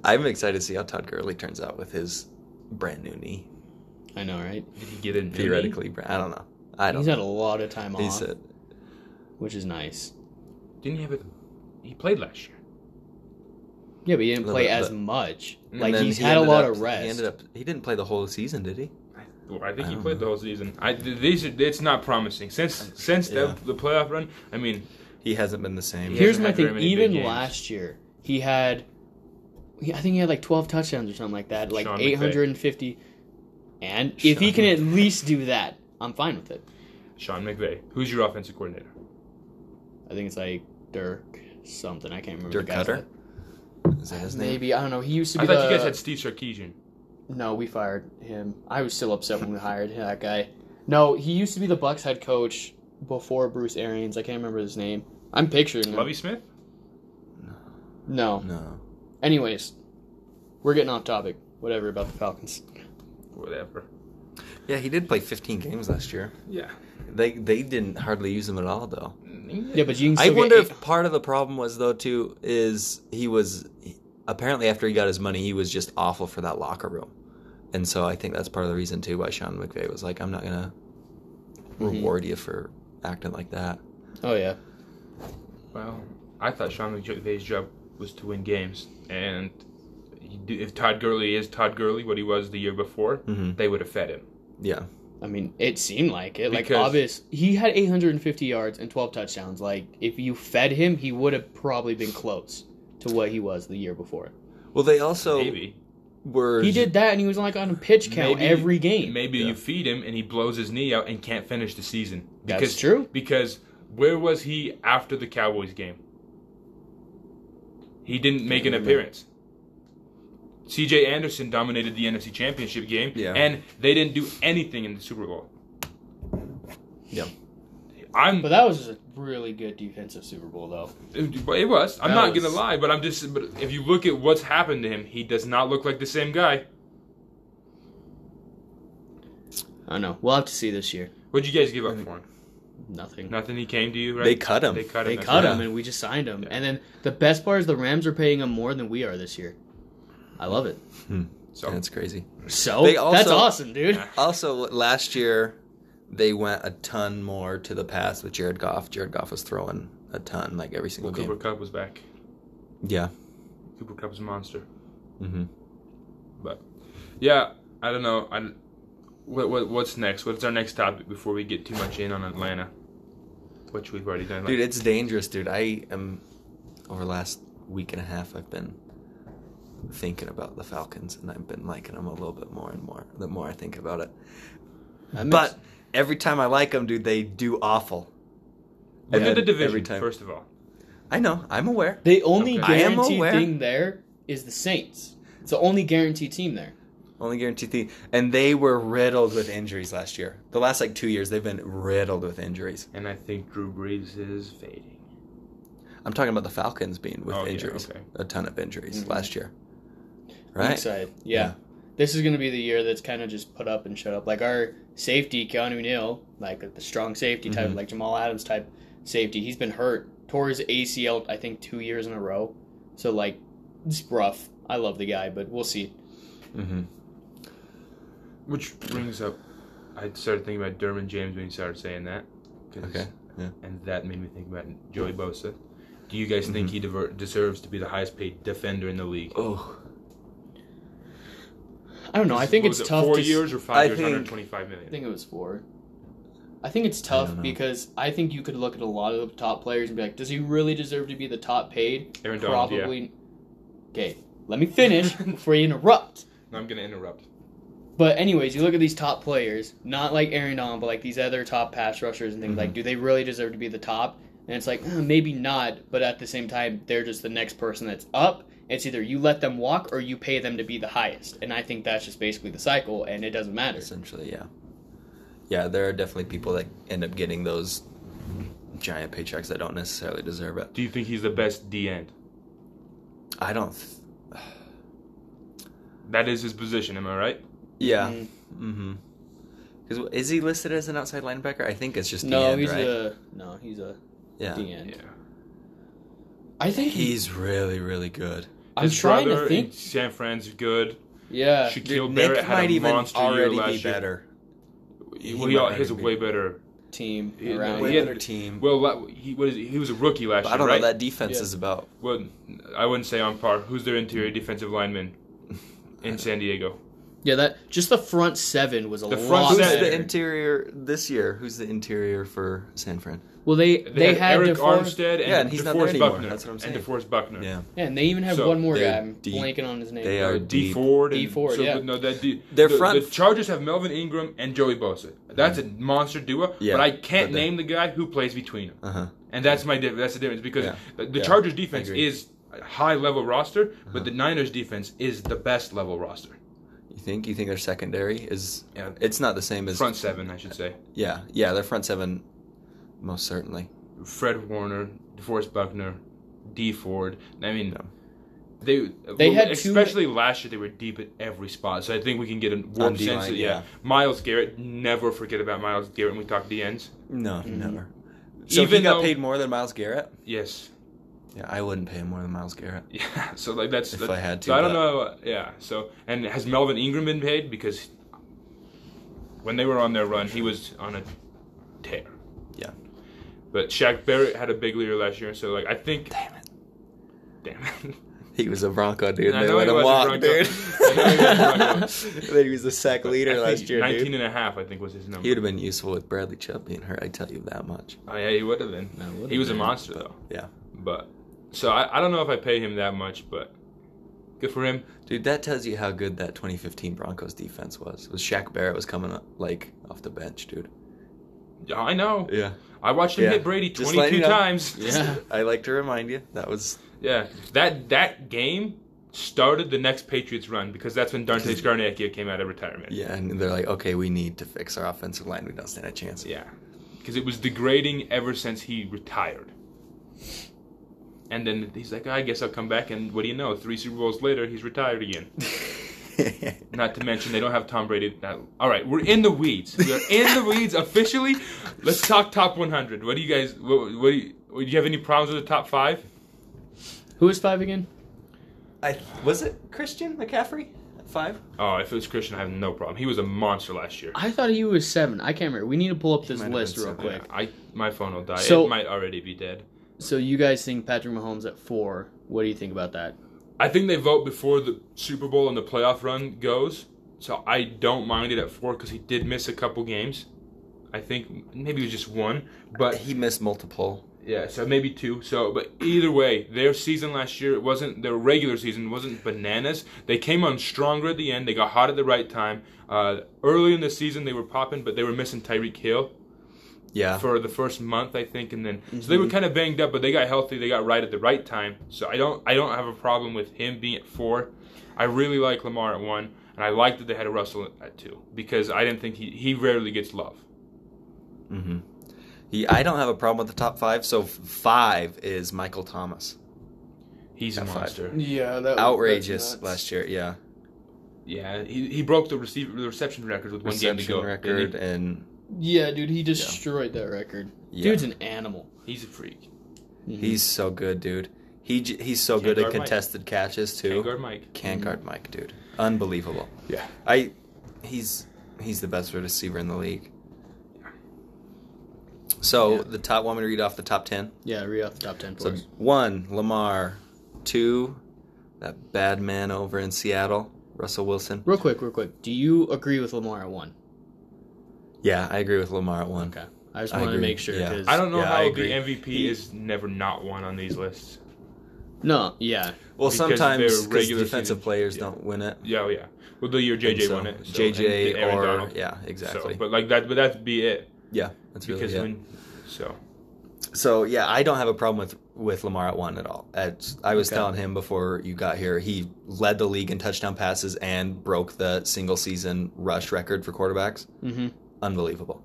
I'm excited to see how Todd Gurley turns out with his brand new knee. I know, right? Did he get in? Theoretically, bra- I don't know. I don't He's know. had a lot of time He off, said, which is nice. Didn't he have it? He played last year. Yeah, but he didn't No, play but- as but- much. And Like then he's he had a ended lot up- of rest. He ended up. He didn't play the whole season, did he? Well, I think he don't played the whole season. I th- these are, it's not promising since since Yeah. the, the playoff run. I mean, He hasn't been the same. He Here's hasn't my had very thing. many big Even games. last year, he had, he- I think he had like 12 touchdowns or something like that, like Sean McVay. 850. And if he Sean can at least do that, I'm fine with it. Sean McVay, who's your offensive coordinator? I think it's like Dirk something. I can't remember. Dirk the guy's Cutter. name. Is that his name? Maybe I don't know. He used to I be. thought the- you guys had Steve Sarkeesian. No, we fired him. I was still upset when we hired that guy. No, he used to be the Bucks head coach before Bruce Arians. I can't remember his name. I'm picturing him. Lovey Smith. No. No. Anyways, we're getting off topic. Whatever about the Falcons. Whatever. Yeah, he did play 15 games last year. Yeah. They they didn't hardly use him at all, though. Yeah, but you can I still get wonder eight- if part of the problem was though too is he was apparently after he got his money he was just awful for that locker room, and so I think that's part of the reason too why Sean McVay was like I'm not gonna Mm-hmm. reward you for acting like that. Oh yeah. Well, I thought Sean McVay's job was to win games, and he d- if Todd Gurley is Todd Gurley, what he was the year before, Mm-hmm. they would have fed him. Yeah, I mean, it seemed like it. Like Because- obvious, he had 850 yards and 12 touchdowns. Like if you fed him, he would have probably been close to what he was the year before. well they also Maybe. were He did that, and he was like on a pitch count Maybe- every game. Maybe Yeah. you feed him and he blows his knee out and can't finish the season. That's Because, true. Because where was he after the Cowboys game? He didn't make an remember. appearance. C.J. Anderson dominated the NFC Championship game, Yeah. and they didn't do anything in the Super Bowl. yeah I'm. But that was a really good defensive Super Bowl, though. It was. I'm That not was- gonna lie, but I'm just. But if you look at what's happened to him, he does not look like the same guy. I don't know. We'll have to see this year. What'd you guys give up for him? Nothing. Nothing. He came to you, right? They cut him. They cut him. They that's cut right. him, and we just signed him. And then the best part is the Rams are paying him more than we are this year. I love it. So that's crazy. So They also- that's awesome, dude. Also last year they went a ton more to the pass with Jared Goff. Jared Goff was throwing a ton like every single Cooper game. Cup was back. Yeah. Cooper Cup's a monster. Mm-hmm. But yeah, I don't know. I what, what what's next? What's our next topic before we get too much in on Atlanta, which we've already done. Like, Dude, it's dangerous, dude. I am over the last week and a half I've been thinking about the Falcons and I've been liking them a little bit more and more the more I think about it. That makes- But every time I like them, dude, they do awful. look at the every division time. first of all. I know, I'm aware. the only Okay. I am guaranteed aware. thing there is the Saints. It's the only guaranteed team there. Only guaranteed thing. And they were riddled with injuries last year. The last like two years they've been riddled with injuries. And I think Drew Brees is fading. I'm talking about the Falcons being with Oh, yeah, Mm-hmm. injuries. okay. A ton of injuries last year. I'm Right? excited. Yeah. Yeah. This is going to be the year that's kind of just put up and shut up. Like our safety, Keanu Neal, like the strong safety type, Mm-hmm. like Jamal Adams type safety, he's been hurt. Tore his ACL, I think, two years in a row. So, like, it's rough. I love the guy, but we'll see. Mm-hmm. Which brings up, I started thinking about Derwin James when he started saying that. 'cause- Okay. Yeah. And that made me think about Joey Bosa. Do you guys Mm-hmm. think he dever- deserves to be the highest paid defender in the league? Oh. I don't know. I think What it's was it, tough Four to. years or five I years, think- 125 million. I think it was four. I think it's tough don't know. because I think you could look at a lot of the top players and be like, does he really deserve to be the top paid? Aaron Donald, yeah. Probably. Okay, let me finish before you interrupt. No, I'm gonna interrupt. But anyways, you look at these top players, not like Aaron Donald, but like these other top pass rushers and things Mm-hmm. like, do they really deserve to be the top? And it's like eh, maybe not, but at the same time, they're just the next person that's up. It's either you let them walk or you pay them to be the highest, and I think that's just basically the cycle, and it doesn't matter. Essentially, yeah. Yeah, there are definitely people that end up getting those giant paychecks that don't necessarily deserve it. Do you think he's the best D end? I don't. Th- That is his position, am I right? Yeah. Mm. Mm-hmm. Because is he listed as an outside linebacker? I think it's just No, the end, he's right? a no, he's a yeah. the end. I think he, He's really, really good. I'm trying to brother in think. San Fran's good. Yeah, Shaquille Dude, Barrett Nick had might a even monster year already last be year. better. He Well, might he, al- already he has a be way better. team Yeah, around. way way he had- better team. Well, la- he was he was a rookie last But year, I don't right? know. That defense Yeah. is about. Well, I wouldn't say on par. Who's their interior Hmm. defensive lineman in San Diego? Yeah, that just the front seven was a The front lot Who's seven. the better. interior this year? Who's the interior for San Fran? Well, they they, They, had had, Eric DeFore- Armstead and, Yeah, and he's not there DeForest anymore. Buckner. That's what I'm saying. And DeForest Buckner. Yeah, and they even have So, one more they're guy. I'm deep. blanking on his name. They Uh, are D deep. Ford. and- D Ford, so, yeah. No, that D, Their the, front- Hmm. The Chargers have Melvin Ingram and Joey Bosa. That's a monster duo. Yeah, but I can't but they- name the guy who plays between them. Uh huh. And that's my diff- that's the difference because Yeah. the, the Yeah. Uh-huh. Chargers defense I agree. is a high level roster, but the Niners defense is the best level roster. You think? You think their secondary is? Yeah. It's not the same as Front seven, I should say. Yeah, yeah. Their front seven, most certainly. Fred Warner, DeForest Buckner, D Ford. I mean, they They well, had two- especially last year they were deep at every spot. So I think we can get a On warm D sense. line, Of, yeah. yeah. Miles Garrett. Never forget about Miles Garrett when we talk D ends. No, Mm-hmm. never. So Even Even he got though- paid more than Miles Garrett. Yes. Yeah, I wouldn't pay him more than Miles Garrett. Yeah. So like that's If that- I had to, So I don't but- know. Yeah. So and has Melvin Ingram been paid because when they were on their run, he was on a tear. Yeah. But Shaq Barrett had a big year last year, so like I think. Damn it. Damn it. He was a Bronco dude. I They know let he him was a walk, Bronco. dude. I know he was And then he was the sack leader I last think year, 19 dude. and a half, I think, was his number. He would have been useful with Bradley Chubb being hurt. I tell you that much. Oh, yeah, he would have been. I would've he was a been, monster, but- though. Yeah, But so I, I don't know if I pay him that much, but good for him. dude. That tells you how good that 2015 Broncos defense was. Was Shaq Barrett was coming up, like off the bench, dude. Yeah, I know. Yeah. I watched him Yeah. hit Brady Just letting 22 you know. times. Yeah. I like to remind you that was Yeah, that that game started the next Patriots run because that's when Dante Scarnecchia came out of retirement. yeah, and they're like, okay, we need to fix our offensive line. We don't stand a chance. Yeah, because it was degrading ever since he retired. And then he's like, "Ah, I guess I'll come back. And what do you know? Three Super Bowls later, he's retired again. Not to mention they don't have Tom Brady. Now, all right, we're in the weeds. We are in the weeds officially. Let's talk top 100. What do you guys? What, what do you? Do you have any problems with the top five? Who was five again? I was it Christian McCaffrey at five. Oh, if it was Christian, I have no problem. He was a monster last year. I thought he was seven. I can't remember. We need to pull up this might have list been real seven, quick. I my phone will die. So- it might already be dead. So you guys think Patrick Mahomes at four? What do you think about that? I think they vote before the Super Bowl and the playoff run goes, so I don't mind it at four because he did miss a couple games. I think maybe it was just one, but He missed multiple. yeah, so maybe two. So, but either way, their season last year it wasn't their regular season wasn't bananas. They came on stronger at the end. They got hot at the right time. Uh, early in the season, they were popping, but they were missing Tyreek Hill Yeah, for the first month, I think, and then so they were kind of banged up, but they got healthy. They got right at the right time. So I don't I don't have a problem with him being at four. I really like Lamar at one, and I like that they had a Russell at two because I didn't think he he rarely gets love. mm-hmm. he, I don't have a problem with the top five. So f- five is Michael Thomas. Oh, He's a At five. monster. Yeah, that Outrageous last year. Yeah, Yeah, he, he broke the receive the reception record with one game to reception go. didn't record and Yeah, dude, he destroyed that record. Yeah. Dude's an animal. he? He's a freak. he's so good, dude. He j- he's so Can't good at guard Mike. contested catches too. Vanguard Mike. Can guard Mike, dude. Unbelievable. Yeah. I he's he's the best receiver in the league. So the top want me to read off the top ten? Mm-hmm. Yeah, read off the top ten for So us. one, Lamar. Two, that bad man over in Seattle, Russell Wilson. Real quick, real quick. Do you agree with Lamar at one? Yeah, I agree with Lamar at one. Okay, I just I wanted to agree, make sure. yeah. 'cause- I don't know Yeah, how I agree. the MVP is never not one on these lists. No, yeah, Well, Because sometimes they're 'cause regular defensive season- players yeah. don't win it. Yeah, oh, yeah. Well, the year JJ So, won it. so- JJ and Aaron or Donald. yeah, So, exactly. but like that, but that'd be it. yeah, that's really Because it. when, so So yeah, I don't have a problem with with Lamar at one at all. At, I was Okay. telling him before you got here, he led the league in touchdown passes and broke the single season rush record for quarterbacks. mm-hmm. Unbelievable.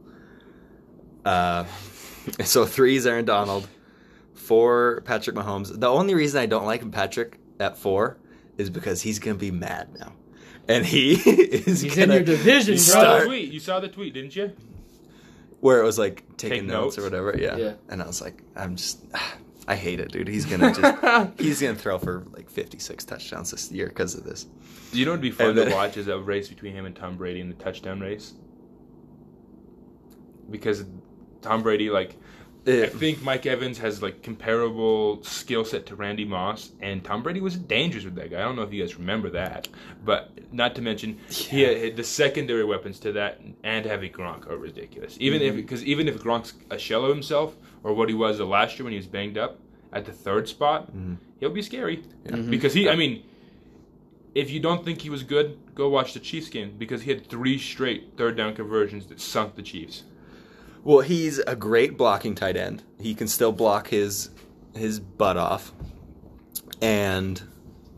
Uh, so three is Aaron Donald, four Patrick Mahomes. The only reason I don't like Patrick at four is because he's gonna be mad now. and he is He's in gonna your division, you You saw bro. start- the tweet. You saw the tweet, didn't you? where it was like taking Take notes, or notes. whatever. Yeah. Yeah. And I was like, I'm just, I hate it, dude. He's gonna just, he's gonna throw for like 56 touchdowns this year because of this. You know what'd be fun And to then- watch is a race between him and Tom Brady in the touchdown race. Because Tom Brady, like, I Yeah. think Mike Evans has like comparable skill set to Randy Moss, and Tom Brady was dangerous with that guy. I don't know if you guys remember that, but not to mention he had the secondary weapons to that and having Gronk are ridiculous. Even if Mm-hmm. because even if Gronk's a shell of himself or what he was the last year when he was banged up at the third spot, Mm-hmm. he'll be scary mm-hmm. because he. I mean, if you don't think he was good, go watch the Chiefs game because he had three straight third down conversions that sunk the Chiefs. Well, he's a great blocking tight end. He can still block his his butt off, and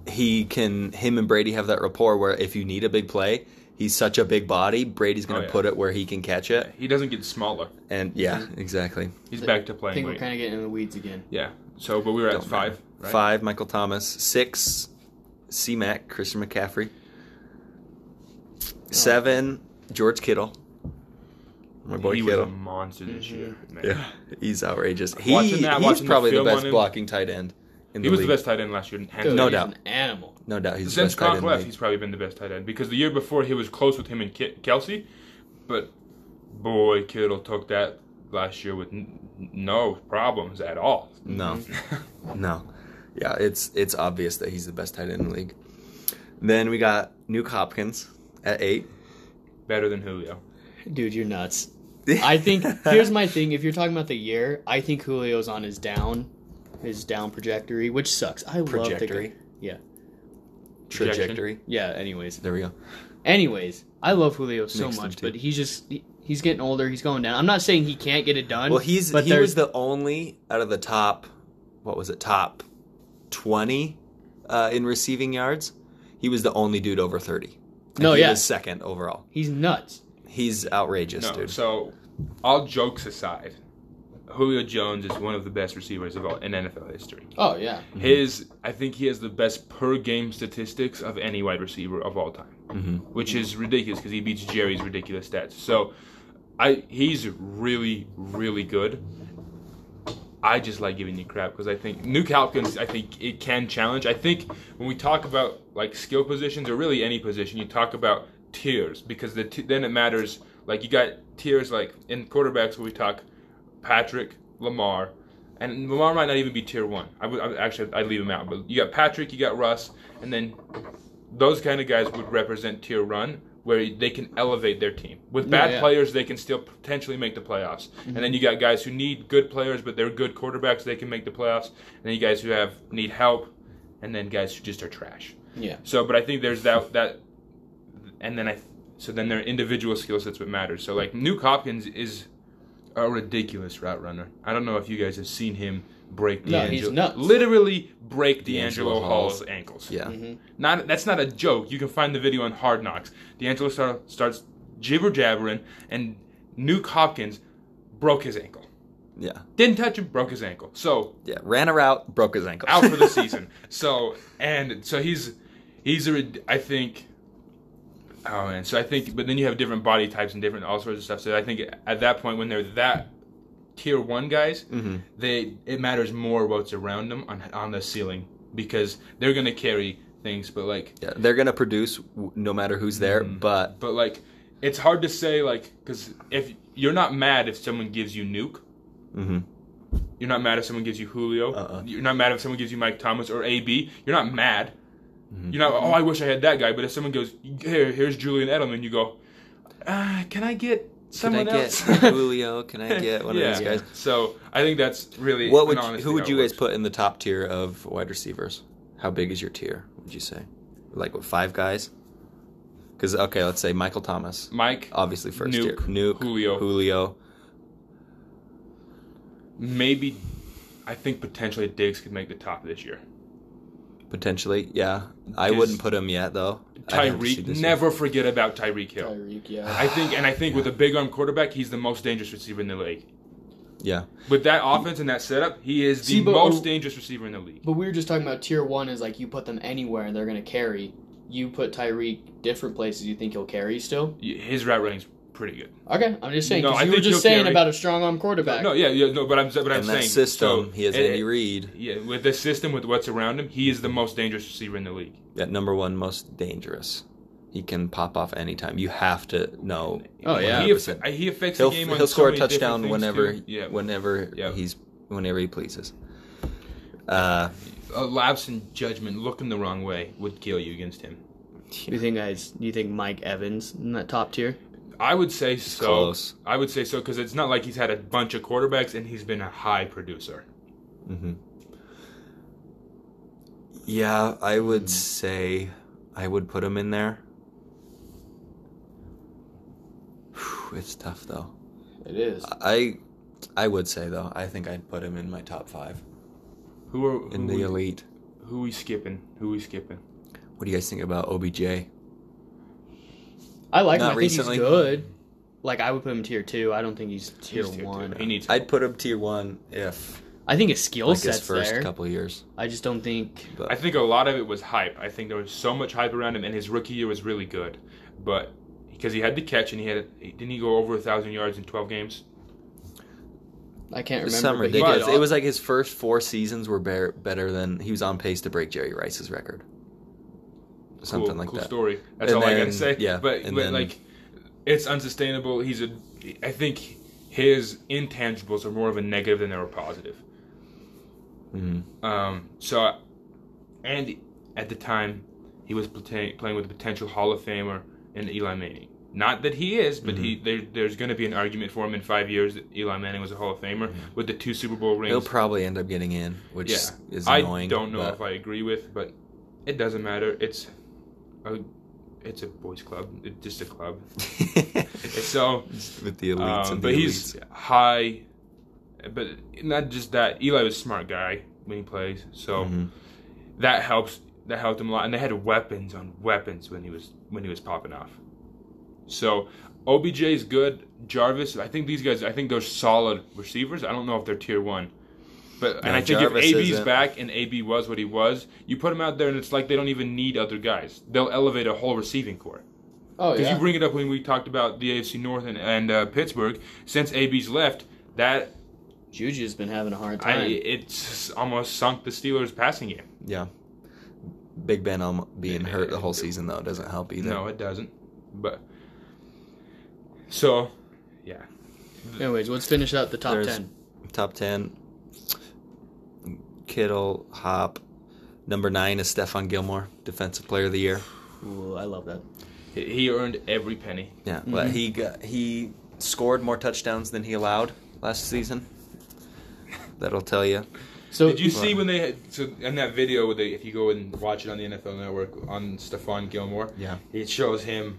he can. Him and Brady have that rapport where if you need a big play, he's such a big body. Brady's gonna Oh, yeah. put it where he can catch it. He doesn't get smaller. And yeah, exactly. He's back to I playing think weight. we're kind of getting in the weeds again. Yeah. So, but we were at Don't five. matter. Right? Five. Michael Thomas. Six. C Mac. Christian McCaffrey. Oh. Seven. George Kittle. My boy he was a Kittle. Mm-hmm. monster this year. Man. Yeah, he's outrageous. He, Watching that, he's watching the probably the, film on best him. blocking tight end in He the was league. the best tight end last year. hands Dude, No down. he's doubt. an animal. No doubt, he's the Since best tight Gronk end. left, in the he's league. probably been the best tight end because the year before he was close with him and Ki- Kelsey, but boy, Kittle took that last year with n- no problems at all. No, Mm-hmm. no, yeah, it's it's obvious that he's the best tight end in the league. Then we got Nuke Hopkins at eight. Better than Julio. Dude, you're nuts. I think here's my thing. If you're talking about the year, I think Julio's on his down, his down trajectory, which sucks. I love the Trajectory. guy. Yeah, trajectory. yeah. Anyways, There we go. anyways, I love Julio so Mixed them much, two. but he's just he- he's getting older. He's going down. I'm not saying he can't get it done. Well, he's but he was there's- the only out of the top, what was it, top twenty uh, in receiving yards. He was the only dude over thirty. And No, he yeah. was second overall. he's nuts. He's outrageous, No, dude. so all jokes aside, Julio Jones is one of the best receivers of all in NFL history. Oh yeah, Mm-hmm. His, I think he has the best per game statistics of any wide receiver of all time, Mm-hmm. which is ridiculous because he beats Jerry's ridiculous stats. So, I he's really really good. I just like giving you crap because I think Nuke Hopkins, I think it can challenge. I think when we talk about like skill positions or really any position, you talk about tiers because the t- then it matters. Like you got tiers like in quarterbacks where we talk Patrick, Lamar, and Lamar might not even be tier one. I would I, would- actually I'd leave him out, but you got Patrick, you got Russ, and then those kind of guys would represent tier one where they can elevate their team. With bad yeah. players, they can still potentially make the playoffs. And then you got guys who need good players, but they're good quarterbacks, they can make the playoffs. And then you guys who have need help, and then guys who just are trash. yeah. So, but I think there's that that, and then I so then their individual skill sets what matters. So like Nuke Hopkins is a ridiculous route runner. I don't know if you guys have seen him break No, D'Angelo, he's nuts. literally break D'Angelo D'Angelo, Hall's Hall's- ankles. yeah. Mm-hmm. Not that's not a joke. You can find the video on Hard Knocks. D'Angelo star, starts jibber jabbering, and Nuke Hopkins broke his ankle. Yeah. Didn't touch him, broke his ankle. So Yeah. Ran a route, broke his ankle. out for the season. So and so he's he's a rid- I think. Oh man, so I think, but then you have different body types and different all sorts of stuff. So I think at that point, when they're that tier one guys, they it matters more what's around them on on the ceiling because they're gonna carry things. But like yeah. They're going to produce w- no matter who's there, Mm-hmm. but but like it's hard to say like because if you're not mad if someone gives you nuke Mhm. you're not mad if someone gives you julio Uh-uh. you're not mad if someone gives you mike thomas or ab you're not mad Mm-hmm. you're not oh i wish i had that guy but if someone goes here here's julian edelman you go ah, can i get can I someone get else Julio? Can I get one yeah. of these guys? so i think that's really What an would honest who would thing you how it guys works. put in the top tier of wide receivers? How big is your tier? Would you say like what five guys? Because okay, let's say Michael Thomas, mike obviously first Nuke, tier. Nuke, Julio. Julio. maybe i think potentially diggs could make the top this year Potentially, yeah. I Just- wouldn't put him yet though. I'd have to see tyreek this never forget about tyreek hill Tyreek, yeah. I think, and I think with a big arm quarterback, he's the most dangerous receiver in the league. year. Yeah, With that offense and that setup, he is the See, but- most dangerous receiver in the league. But we were just talking about tier one is like you put them anywhere and they're gonna carry. you put Tyreek different places, you think he'll carry still? Y- His route running's pretty good. Okay, I'm just saying. No, 'cause I you were think just he'll saying carry. about a strong arm quarterback. No, yeah, yeah, no, but I'm, but I'm in saying that system, so- he has and- Andy Reid Yeah, with the system, with what's around him, he is the most dangerous receiver in the league. at number one most dangerous. He can pop off anytime. You have to know. Oh, yeah. he, 100%. aff- uh, he affects he'll the game. he'll on so score a many different touchdown things, whenever too. Yeah, whenever Yeah. he's whenever he pleases. Uh, a lapse in judgment, looking the wrong way, would kill you against him. You think guys? You think Mike Evans in that top tier? I would say so. close. I would say so because it's not like he's had a bunch of quarterbacks and he's been a high producer. hmm Yeah, I Mm-hmm. would say I would put him in there. Whew, It's tough though. It is. I I would say though, I think I'd put him in my top five Who are who, in the we, elite. who we skipping? Who we skipping? What do you guys think about OBJ? I like him. Not I recently. think he's good. Like I would put him tier two. I don't think he's tier He's one. He needs. I'd put him tier one if I think his skill like his set's first there. couple years. I just don't think. But I think a lot of it was hype. I think there was so much hype around him, and his rookie year was really good, but because he had the catch and he had didn't he go over a thousand yards in twelve games? I can't remember. some but he ridiculous. did. It was like his first four seasons were bear, better than he was on pace to break Jerry Rice's record. Something cool, like cool that. story. That's And all I then- gotta say. yeah, but, and but then- like, it's unsustainable. He's a. I think his intangibles are more of a negative than they were positive. Mhm. Um. So, and at the time, he was plata- playing with a potential Hall of Famer in Eli Manning. Not that he is, but Mm-hmm. he there, there's going to be an argument for him in five years that Eli Manning was a Hall of Famer with the two Super Bowl rings. Mm-hmm. He'll probably end up getting in, which Yeah. is I annoying. don't know but- if I agree with, but it doesn't matter. It's a, it's a boys' club. It's just a club. So, with the elites um, and but the he's elites. high. But not just that. Eli was a smart guy when he plays, so Mhm. that helps. That helped him a lot. And they had weapons on weapons when he was when he was popping off. So OBJ is good. Jarvis, I think these guys. I think they're solid receivers. I don't know if they're tier one. But and No, I think Jarvis if AB's isn't. back and AB was what he was, you put him out there and it's like they don't even need other guys. They'll elevate a whole receiving core. oh Because yeah. you bring it up when we talked about the AFC North and, and uh, Pittsburgh. Since AB's left, that Juju's been having a hard I, time. it's almost sunk the Steelers' passing game. yeah. Big Ben almo- being hurt the whole season though doesn't help either. No, it doesn't. But so, yeah, Anyways, let's finish out the top There's- ten. Top ten. Kittle, Hop. Number nine is Stefan Gilmore, defensive player of the year. Ooh, I love that. he- he earned every penny. Yeah, Mm-hmm. but he got, he scored more touchdowns than he allowed last season. That'll tell you. So Did you see when they had, so in that video where they, if you go and watch it on the NFL Network on Stephon Gilmore, Yeah. it shows him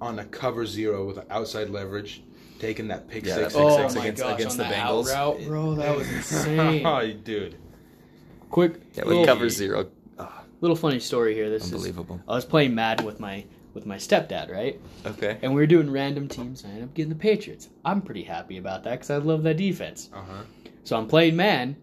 on a cover zero with outside leverage taking that pick Yeah, six. that pick Oh six my against- gosh! on against the that out Bengals. route, bro, that was insane. Oh, dude. Quick, Yeah, little- with cover zero, ah, little funny story here. This is unbelievable. I was playing Madden with my with my stepdad, right? Okay. And we were doing random teams. and I ended up getting the Patriots. I'm pretty happy about that because I love that defense. Uh huh. So I'm playing man,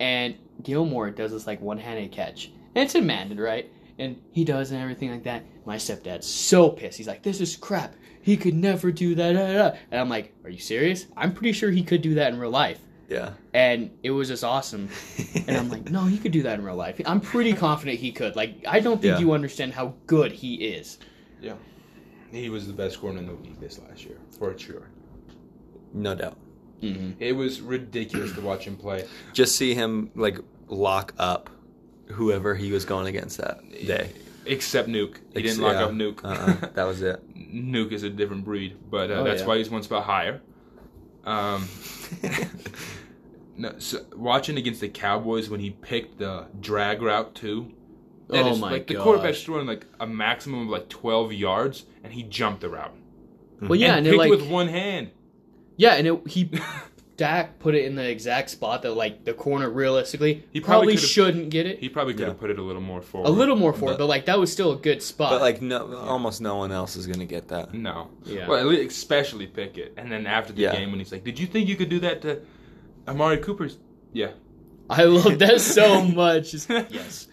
and Gilmore does this like one-handed catch, and it's in Madden, right? And he does and everything like that. My stepdad's so pissed. He's like, "This is crap. He could never do that." da, da, da." And I'm like, "Are you serious? I'm pretty sure he could do that in real life." Yeah. And it was just awesome. And I'm like, "No, he could do that in real life. I'm pretty confident he could. Like, I don't think Yeah. you understand how good he is." Yeah. He was the best corner in the league this last year, for sure. no doubt. Mm-hmm. It was ridiculous to watch him play. Just see him like lock up whoever he was going against that day. Except Nuke. He Ex- didn't lock yeah. up Nuke. Uh-uh. That was it. Nuke is a different breed, but uh, Oh, that's yeah. why he's one spot higher. Um, no, so watching against the Cowboys when he picked the drag route too. that Oh is, my like the gosh. quarterback's throwing like a maximum of like twelve yards, and he jumped the route. Well, yeah, and, and picked it like, with one hand. yeah, and it, he Dak put it in the exact spot that like the corner realistically He he probably probably, could've- shouldn't get it. He probably could have Yeah. put it a little more forward. a little more forward, But- but, like that was still a good spot. But like no, almost no one else is gonna get that. No. Yeah. Well, at least especially Pickett. And then after the Yeah. game, when he's like, "Did you think you could do that to Amari Cooper's?" Yeah. I love that so much. Just- yes,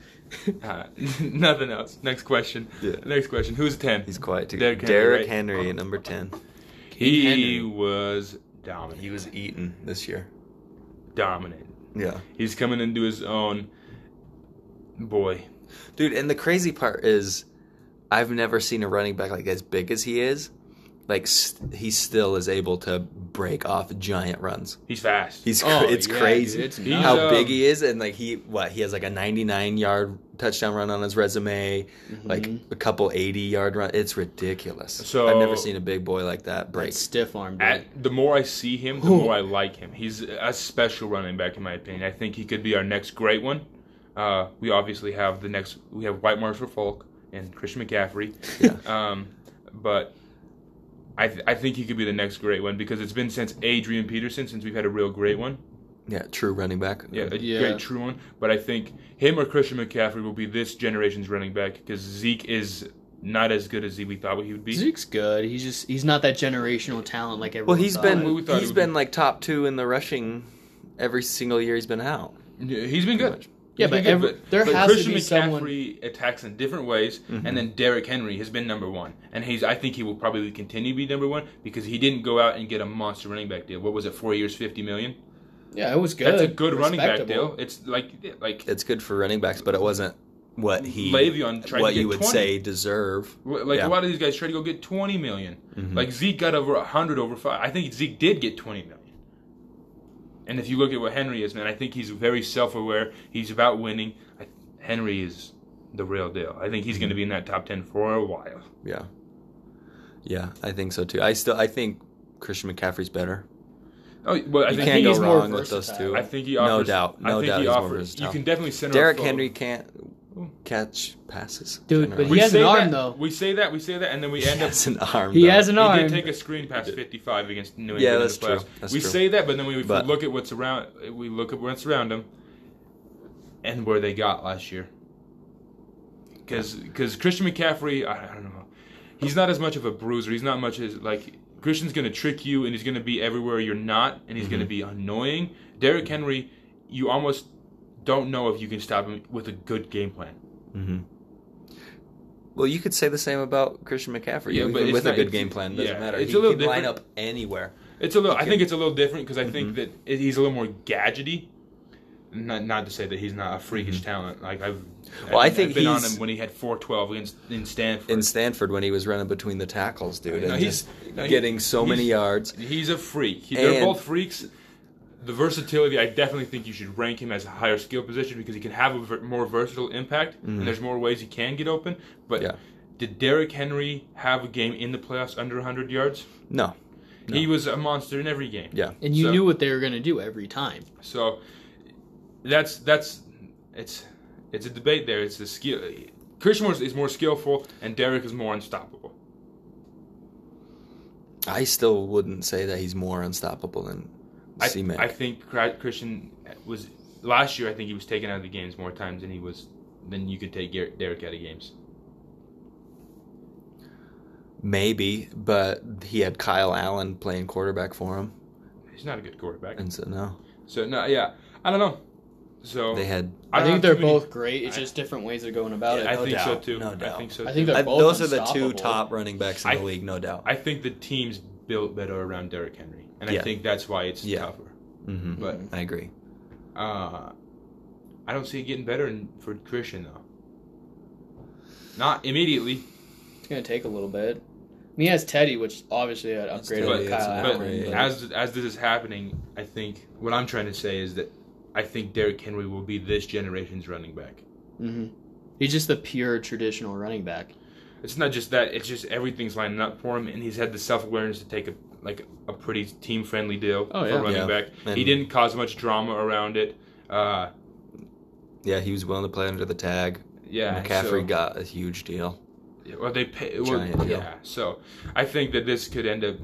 Uh, nothing else. Next question. Yeah. Next question. Who's ten? He's quiet too. Derrick Derrick, Henry, right? Henry, at number ten. he Henry. was dominant. He was eaten this year. dominant. Yeah, He's coming into his own. Boy, dude. And the crazy part is, I've never seen a running back like as big as he is. Like st- he still is able to break off giant runs. he's fast. He's cr- Oh, it's yeah, crazy dude, it's He's, nuts. how uh, big he is, and like he what he has like a 99 yard touchdown run on his resume, like Mm-hmm. a couple 80 yard run. It's ridiculous. Mm-hmm. So- I've never seen a big boy like that break. That's stiff arm. dude. At, the more I see him, the more I like him. He's a special running back in my opinion. I think he could be our next great one. Uh, we obviously have the next. We have White Marshall Falk and Christian McCaffrey. Um, but I th- I think he could be the next great one because it's been since Adrian Peterson since we've had a real great one. Yeah, true running back. Yeah, a Yeah. great true one. But I think him or Christian McCaffrey will be this generation's running back because Zeke is not as good as we thought he would be. Zeke's good. He's just he's not that generational talent like everyone. Well, he's thought. We been thought it he's would been like top two in the rushing every single year he's been out. Yeah, he's been good. Yeah, He's but been good, every- there has to Christian be McCaffrey someone- attacks in different ways, and then Derrick Henry has been number one, and he's. I think he will probably continue to be number one because he didn't go out and get a monster running back deal. What was it? Four years, fifty million. yeah, it was good. That's a good running back Respectable. deal. It's like like It's good for running backs, but it wasn't what he Le'Veon tried to what get you would 20. say deserve. like Yeah. a lot of these guys try to go get twenty million. Mm-hmm. Mm-hmm. Like Zeke got over hundred over five. I think Zeke did get twenty million. And if you look at what Henry is, man, I think he's very self-aware. He's about winning. I, Henry is the real deal. I think he's going to be in that top ten for a while. Yeah, yeah, I think so too. I still I think Christian McCaffrey's better. Oh, well, I You think can't go he's more wrong with those versatile. two. I think he No offers. doubt. No I think doubt he he's more offers. You versatile. can definitely center. Derrick a foe. Henry can't catch passes, Dude, but generally. he has say an arm, that, though. We say that. We say that, and then we he end up. has an arm. He though. has an He arm. did take a screen past 55 against New England Yeah, in the that's true. playoffs. That's we true. say that, but then we if we But- look at what's around. We look at what's around him, and where they got last year. Because Christian McCaffrey, I, I don't know, he's not as much of a bruiser. He's not much as like Christian's going to trick you, and he's going to be everywhere you're not, and he's going Mm-hmm. to be annoying. Derrick Henry, you almost don't know if you can stop him with a good game plan. Well, you could say the same about Christian McCaffrey. Mm-hmm. Yeah, Even but it's with not- a good it's- game plan, doesn't yeah, matter. it's he a little can line different. up anywhere. It's a little. I think it's a little different because I Mm-hmm. think that it, he's a little more gadgety. Not not to say that he's not a freakish talent. Like I've. Mm-hmm. Well, I think I've been on he's- him when he had 412 against in Stanford. in Stanford when he was running between the tackles, dude, No, and he's- just no, he- getting so many he's- yards. he's a freak. He, they're And- both freaks. The versatility, I definitely think you should rank him as a higher skill position because he can have a ver- more versatile impact, and there's more ways he can get open. But Mm-hmm. Yeah. did Derrick Henry have a game in the playoffs under 100 yards? No, No. He was a monster in every game. yeah, and you So- knew what they were gonna do every time. So that's that's it's it's a debate there. It's a skill. Christian is, is more skillful, and Derek is more unstoppable. I still wouldn't say that he's more unstoppable than I, C I think Cra- Christian was last year. I think he was taken out of the games more times than he was than you could take Gar- Derek out of games. Maybe, but he had Kyle Allen playing quarterback for him, He's not a good quarterback. and so no, So no, yeah, I don't know. So they had. I, don't think have they're too many- both great. It's just different ways of going about I it. no think so doubt, too. no I doubt. think so. I too. think they're I- both. those are the two unstoppable. top running backs in I- the league, no doubt. I think the team's built better around Derrick Henry, and I Yeah. think that's why it's Yeah. tougher. hmm Mm-hmm. But I agree. Uh, I don't see it getting better in, for Christian though. Not immediately, It's gonna take a little bit. I mean, he has Teddy, which obviously an upgrade Teddy, over it's Kyle an Allen. but Allen, but- as as this is happening, I think what I'm trying to say is that I think Derrick Henry will be this generation's running back. Mhm. He's just the pure traditional running back. It's not just that; it's just everything's lining up for him, and he's had the self awareness to take a like a pretty team friendly deal Oh, for yeah. running Yeah. back. he And- didn't cause much drama around it. Uh, Yeah, he was willing to play under the tag. yeah, McCaffrey so- got a huge deal. Well, they pay. Well, Giant deal. yeah. So I think that this could end up.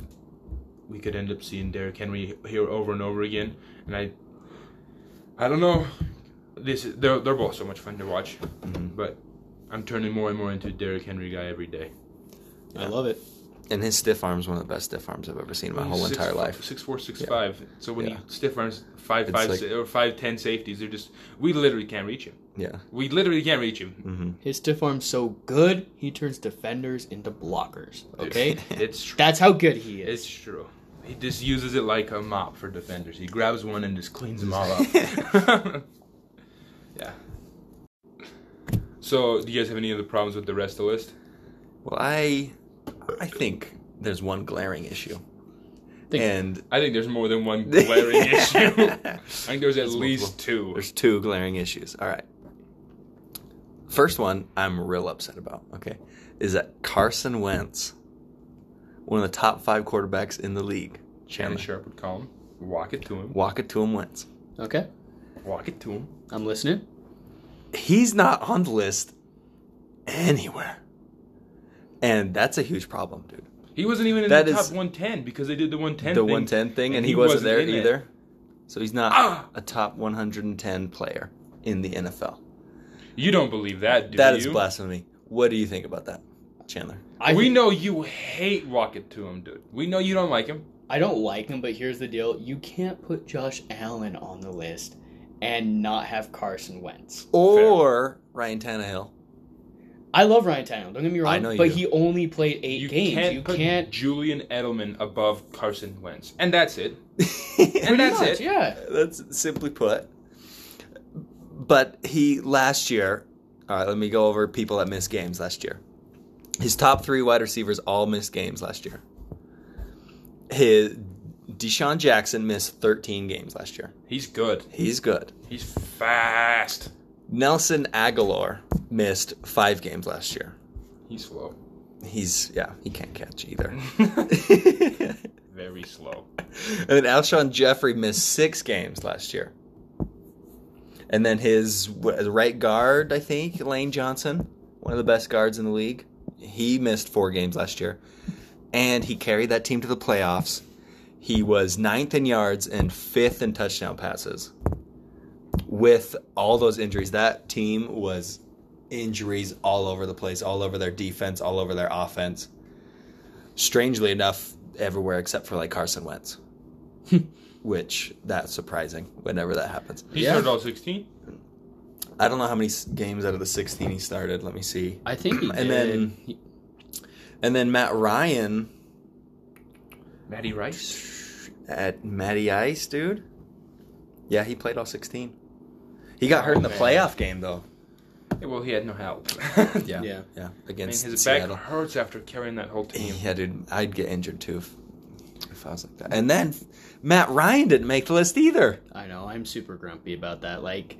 We could end up seeing Derrick Henry here over and over again, and I. I don't know. This they're they're both so much fun to watch, Mm-hmm. but I'm turning more and more into a Derrick Henry guy every day. I love it. and his stiff arm's one of the best stiff arms I've ever seen in my whole Six- entire life. Six four, six Yeah. five. So when Yeah. you stiff arms five It's five like- sa- or five ten safeties, they're just we literally can't reach him. Yeah. We literally can't reach him. Mm-hmm. His stiff arm's so good, he turns defenders into blockers. Okay? It's true. That's how good he is. It's true. He just uses it like a mop for defenders. He grabs one and just cleans them all up. yeah. So, do you guys have any other problems with the rest of the list? Well, I I think there's one glaring issue, Think- and I think there's more than one glaring issue. I think there's at least two. There's two glaring issues. All right. First one I'm real upset about, okay, is that Carson Wentz, one of the top five quarterbacks in the league, Shannon Sharp would call him. Walk it to him. walk it to him Wentz. Okay? Walk it to him. I'm listening. He's not on the list anywhere. And that's a huge problem, dude. He wasn't even in That the is- top 110 because they did the 110 The thing. 110 thing, and, he, wasn't, there in it. either. So he's not Ah! a top 110 player in the NFL. You don't believe that, do That you? is blasphemy. What do you think about that, Chandler? I we we know you hate Walk it to him, dude. We know you don't like him. I don't like him, but here's the deal. You can't put Josh Allen on the list and not have Carson Wentz. Or Ryan Tannehill. I love Ryan Tannehill, don't get me wrong, I know you but do. he only played 8 You games. can't you put can't Julian Edelman above Carson Wentz, and that's it. Pretty And that's Pretty it. much, Yeah. That's simply put. But he last year, all right, let me go over people that missed games last year. His top three wide receivers all missed games last year. His Deshaun Jackson missed 13 games last year. He's good. He's good. He's fast. Nelson Aguilar missed five games last year. He's slow. He's yeah, he can't catch either. Very slow. And then Alshon Jeffrey missed six games last year. And then his wh- right guard, I think, Lane Johnson, one of the best guards in the league, he missed four games last year. And he carried that team to the playoffs. He was ninth in yards and fifth in touchdown passes. With all those injuries, that team was injuries all over the place, all over their defense, all over their offense. Strangely enough, everywhere except for like Carson Wentz, which that's surprising whenever that happens. He Yeah. started all 16. I don't know how many s- games out of the 16 he started. Let me see. I think he And did. then- He- And then Matt Ryan Matty Rice. at Matty Ice, dude. Yeah, he played all 16. He got hurt in the Okay. playoff game, though. Yeah, Well, he had no help. Yeah. Yeah. Yeah. I mean, Against his Seattle. back hurts after carrying that whole team. Yeah, dude. I'd get injured too if, if I was like that. And then Matt Ryan didn't make the list either. I know, I'm super grumpy about that. Like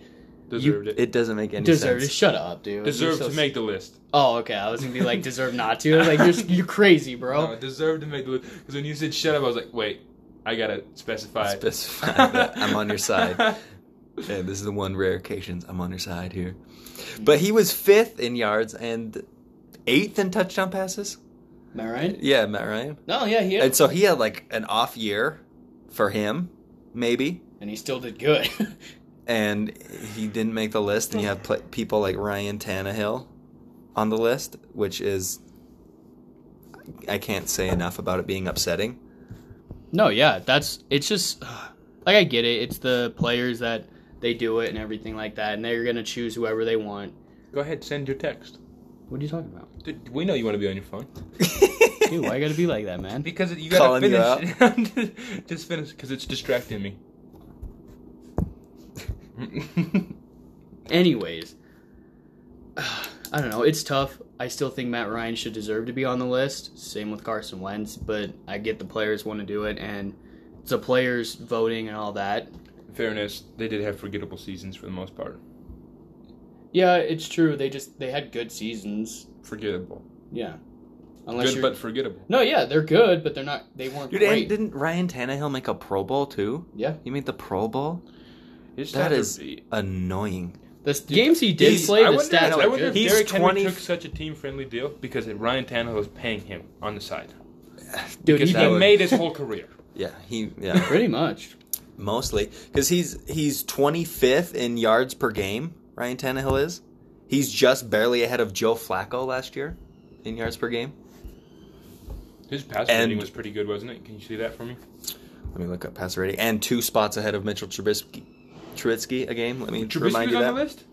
Deserved it. It doesn't make any deserve to sense. shut up, dude. Deserved You're so- to make the list. Oh, okay. I was gonna be like, deserve not to. Like you're you're crazy, bro. No, deserved to make the list. Because when you said shut up, I was like, wait, I gotta specify. Specify that I'm on your side. Yeah, this is the one rare occasions I'm on your side here. Mm-hmm. But he was fifth in yards and eighth in touchdown passes. Am I right? Yeah, Matt Ryan. No, yeah, he And so he had like an off year for him, maybe. and he still did good. And he didn't make the list. And you have pl- people like Ryan Tannehill on the list, which is, I can't say enough about it being upsetting. no, yeah, that's it's just like I get it. It's the players that they do it and everything like that, and they're gonna choose whoever they want. Go ahead, send your text. What are you talking about, Dude, we know you want to be on your phone. dude? Why you gotta be like that, man? Because you Calling gotta you finish. just, just finish, because it's distracting me. Anyways, I don't know. It's tough. I still think Matt Ryan should deserve to be on the list. Same with Carson Wentz, but I get the players want to do it, and it's the players voting and all that. In fairness, they did have forgettable seasons for the most part. Yeah, it's true. They just they had good seasons. Forgettable. Yeah, unless Good you're. but forgettable. no, yeah, they're good, but they're not. They weren't Dude, and great. didn't Ryan Tannehill make a Pro Bowl too? yeah, He made the Pro Bowl? His That stats are- is annoying. the games he did he's- play, I the wonder, stats I were wonder good. if He's Derrick Henry 20 took such a team-friendly deal because Ryan Tannehill was paying him on the side. Dude, Because he he that did- would- made his whole career. Yeah, he yeah. pretty much. Mostly because he's he's 25th in yards per game. Ryan Tannehill is. He's just barely ahead of Joe Flacco last year in yards per game. His pass And- rating was pretty good, wasn't it? Can you see that for me? Let me look up passer rating. And two spots ahead of Mitchell Trubisky. Trubisky a game. Let me Trubisky was on remind you the that. list.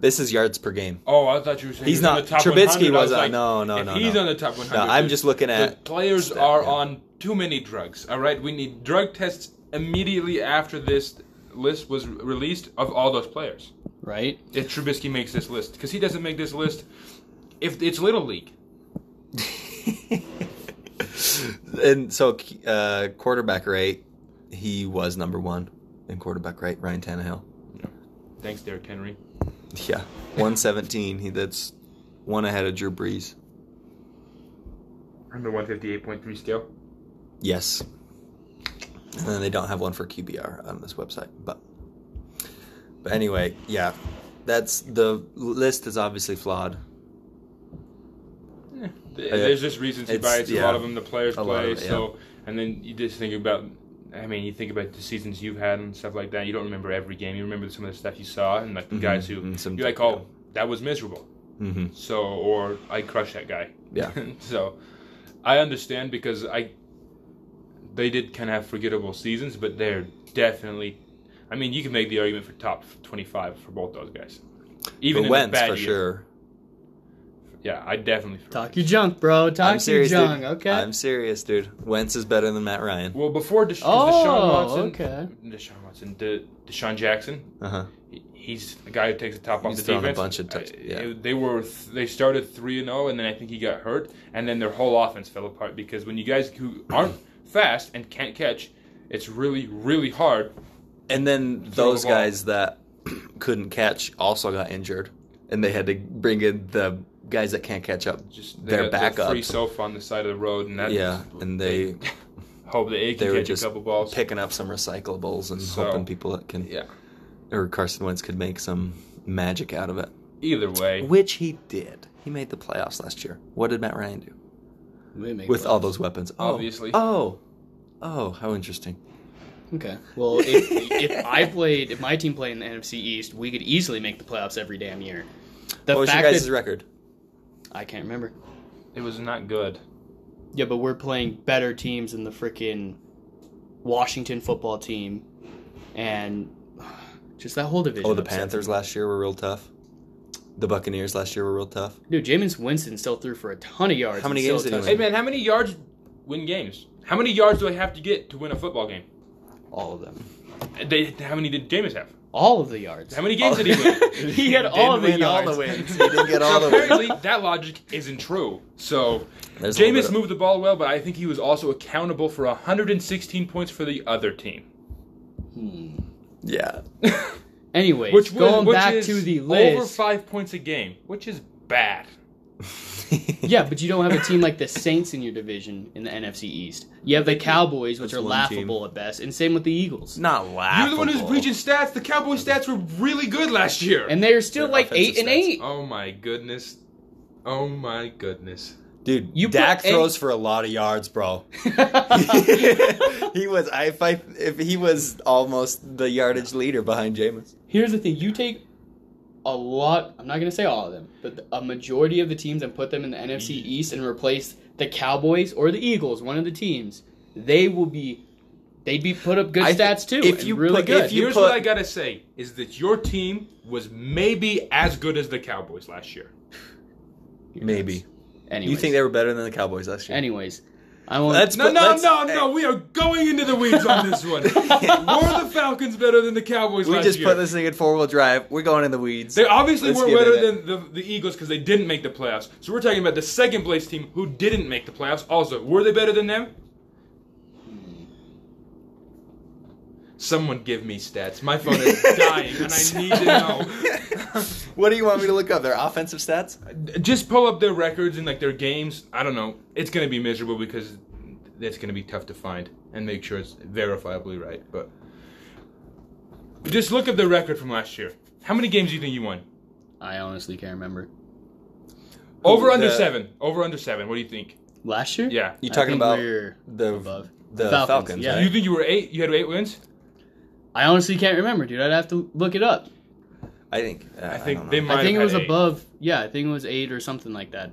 This is yards per game. Oh, I thought you were saying He's he was on not- the top Trubisky 100. I was on- like, no, no, if no, He's no. on the top 100. No, I'm the- just looking at the players stat, are yeah. on too many drugs. All right, we need drug tests immediately after this list was released of all those players. right? If Trubisky makes this list, because he doesn't make this list, if it's little league, And so, uh, quarterback rate, he was number one in quarterback rate. Ryan Tannehill. thanks Derrick Henry. Yeah, 117. he that's one ahead of Drew Brees. On the 158.3 scale. Yes. And then they don't have one for QBR on this website, but but anyway, yeah, that's the list is obviously flawed. Eh, There's just reasons he It's- buys a yeah. lot of them. The players A lot play of it, yeah. so, and then you just think about. I mean, you think about the seasons you've had and stuff like that. You don't remember every game. You remember some of the stuff you saw and like the Mm-hmm. guys who and some- you're like, oh, that was miserable. Mm-hmm. So or I crushed that guy. Yeah. so I understand because I they did kind of have forgettable seasons, but they're definitely. I mean, you can make the argument for top 25 for both those guys. Even But in a Wentz bad for year. sure. Yeah, I definitely. Talk your junk, bro. Talk I'm serious, your junk. dude. Okay. I'm serious, dude. Wentz is better than Matt Ryan. Well, before Desha- Deshaun Oh, Watson, okay. Deshaun Watson, De- Deshaun Jackson, Uh huh. he- he's the guy who takes the top off He's the thrown a defense. bunch of Uh, touch- yeah. it- They were th- they started three and zero, and then I think he got hurt, and then their whole offense fell apart because when you guys who aren't fast and can't catch, it's really really hard. And then Throw those the ball. guys that couldn't catch also got injured, and they had to bring in the guys that can't catch up. Just they their got the backup. free sofa on the side of the road, and that Yeah, and they hope that they they can were catch a just couple balls. picking up some recyclables and So- hoping people that can yeah. or Carson Wentz could make some magic out of it, Either way, which he did. He made the playoffs last year. What did Matt Ryan do We make with fun. all those weapons? Oh, Obviously. Oh, oh, how interesting. Okay. Well, if, if I played, if my team played in the NFC East, we could easily make the playoffs every damn year. The what was your fact guys' that record? I can't remember. it was not good. Yeah, but we're playing better teams than the freaking Washington football team, and just that whole division. Oh, the upset. Panthers last year were real tough. The Buccaneers last year were real tough. Dude, Jameis Winston still threw for a ton of yards. How many and still games did he touched- Hey man, how many yards win games? How many yards do I have to get to win a football game? All of them. They, how many did Jameis have? All of the yards. How many games did Oh. he win? he had all of the win all yards. the wins. He didn't get all the wins. Apparently, that logic isn't true. So, There's a little bit Jameis of- moved the ball well, but I think he was also accountable for 116 points for the other team, Yeah. Anyways, which was going which back is to the list. over five points a game, which is bad. Yeah, but you don't have a team like the Saints in your division in the NFC East. You have the Cowboys, which That's are one team. laughable at best, and same with the Eagles. Not laughable. You're the one who's breaching stats. The Cowboys stats were really good last year. And they are still Their like eight offensive and stats. eight. oh my goodness, oh my goodness. Dude, You Dak put any- throws for a lot of yards, bro. he was I if, I if he was almost the yardage leader behind Jameis. Here's the thing: you take a lot. I'm not gonna say all of them, but a majority of the teams and put them in the NFC East and replace the Cowboys or the Eagles, one of the teams. They will be. They'd be put up good I thi- stats too. if and you really put- good. if you- Here's put- what I gotta say: is that your team was maybe as good as the Cowboys last year. Maybe. anyways, You think they were better than the Cowboys last year? Anyways, I won't. Let's No, go- no, let's- no, no. We are going into the weeds on this one. Were the Falcons better than the Cowboys We last just year? put this thing in four wheel drive. We're going in the weeds. they obviously Let's were get better in than the, the Eagles because they didn't make the playoffs. So we're talking about the second place team who didn't make the playoffs. Also, were they better than them? Hmm. Someone give me stats. My phone is dying, and I need to know. What do you want me to look up? Their offensive stats? just pull up their records and like their games. I don't know. It's gonna be miserable because it's gonna be tough to find and make sure it's verifiably right. But just look up the record from last year. How many games do you think you won? I honestly can't remember. Over Who, under uh, the- seven. Over under seven. What do you think? Last year, Yeah. You I talking think about we're the above. the Falcons, Falcons? yeah. right? You think you were eight? You had eight wins. I honestly can't remember, dude. I'd have to look it up. I think. uh, I think don't they know. might. I think it have was had eight. above. Yeah, I think it was eight or something like that.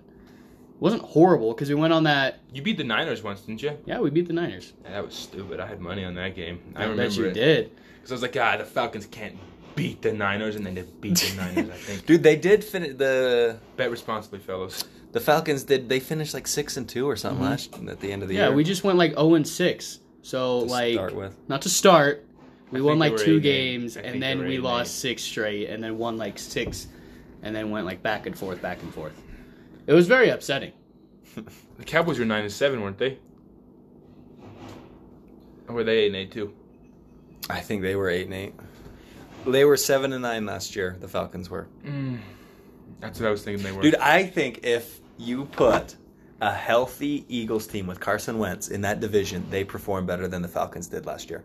wasn't horrible because we went on that. You beat the Niners once, didn't you? Yeah, we beat the Niners. Yeah, that was stupid. I had money on that game. I I, remember bet you it. did. Because I was like, ah, the Falcons can't beat the Niners, and they did beat the Niners. I think. Dude, they did finish the Bet responsibly, fellas. the Falcons did they finished like six and two or something last at the end of the Yeah, year. we just went like zero and six. So To like start with. not to start, we I won think they like were two eight and eight. games I and think they then were we eight and lost eight. six straight and then won like six and then went like back and forth, back and forth. It was very upsetting. The Cowboys were nine and seven, weren't they? Or were they eight and eight too? I think they were eight and eight. They were seven and nine last year. The Falcons were. That's what I was thinking they were. Dude, I think if you put a healthy Eagles team with Carson Wentz in that division, they perform better than the Falcons did last year.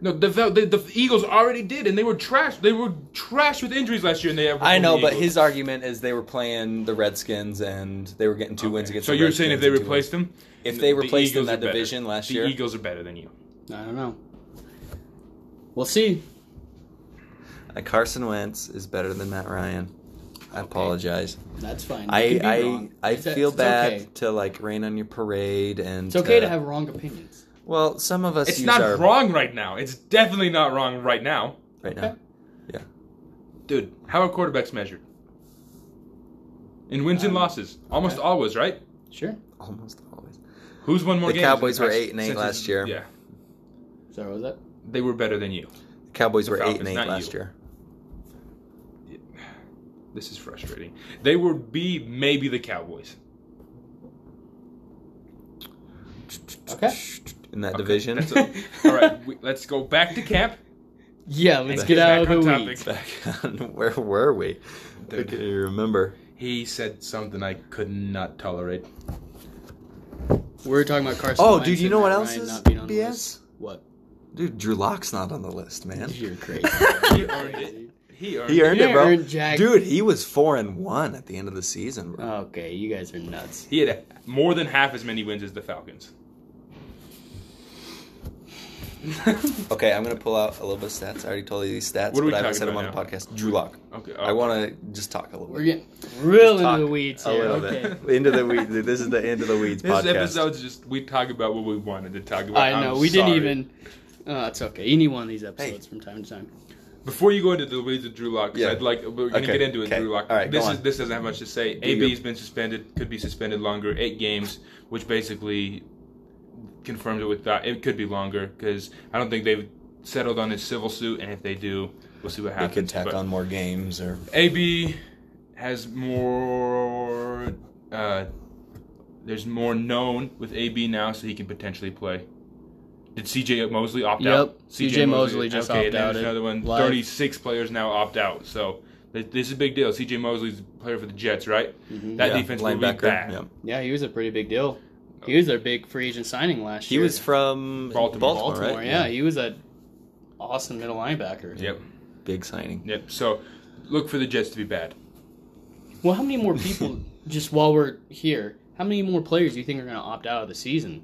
no, the, Val- the the Eagles already did, and they were trash. They were trash with injuries last year, and they. I know, but his argument is they were playing the Redskins and they were getting two wins against. So the you're saying if Redskins and they two replaced wins. him, If they the replaced him Eagles in that are better. division last the year? Eagles are better than you. I don't know. We'll see. Uh, Carson Wentz is better than Matt Ryan. I apologize. That's fine. You I can be I wrong. I It's- feel it's bad Okay. to like rain on your parade and It's okay to have wrong opinions. Well, some of us It's use not our wrong right now. It's definitely not wrong right now, right now. Okay. Yeah. dude. How are quarterbacks measured? In wins and Um, losses, almost okay. always, right? Sure. Almost always. Who's won more The games? in Cowboys were past- eight and eight since- last year. Yeah, Sorry, what was that? they were better than you. The Cowboys The were Falcons, eight and not eight last you. year. This is frustrating. They would be maybe the Cowboys. Okay. In that Okay, division. that's a- all right, we, let's go back to camp. Yeah, let's And get back out of on the topic. weeds. back on where were we? I Dude. can't even remember. He said something I could not tolerate. We were talking about Carson. Oh, Wentz dude, you and know what Matt else Ryan is not being on the BS? list. What? Dude, Drew Locke's not on the list, man. You're crazy. He earned it. He earned He it. earned it, bro. earned jack- Dude, he was four and one at the end of the season, bro. okay, you guys are nuts. He had more than half as many wins as the Falcons. Okay, I'm gonna pull out a little bit of stats. I already told you these stats, What are we but I haven't talking said them on about the podcast. Drew Lock. Okay, I want to just talk a little We're bit. getting real Talk into the weeds a here. little Okay. bit. Into the weeds. This is the end of the weeds This podcast. episode's just we talk about what we wanted to talk about. I know I'm we sorry. didn't even. Oh, it's okay. You need one of these episodes from time to time. Before you go into the weeds of Drew Lock, 'cause Yeah. I'd like we're gonna Okay, get into it. okay. Drew Lock. All right, go this is on. this doesn't have much to say. Do AB's your- been suspended, could be suspended longer, eight games, which basically confirms it with that. It could be longer because I don't think they've settled on his civil suit, and if they do, we'll see what They happens. could tack But- on more games or AB has more. Uh, there's more known with AB now, so he can potentially play. Did CJ Mosley opt Yep, out? C.J. Mosley just okay, and then opt there's outed. Another one. Live. Thirty-six players now opt out. So th- this is a big deal. CJ Mosley's a player for the Jets, right? Mm-hmm. That Yeah, defense will be bad. yeah. Yeah, he was a pretty big deal. He was their big free agent signing last He year. was from Baltimore. Baltimore, Baltimore. right? yeah. he was an awesome middle linebacker. Yep. Big signing. Yep. So look for the Jets to be bad. Well, how many more people? just while we're here, how many more players do you think are going to opt out of the season?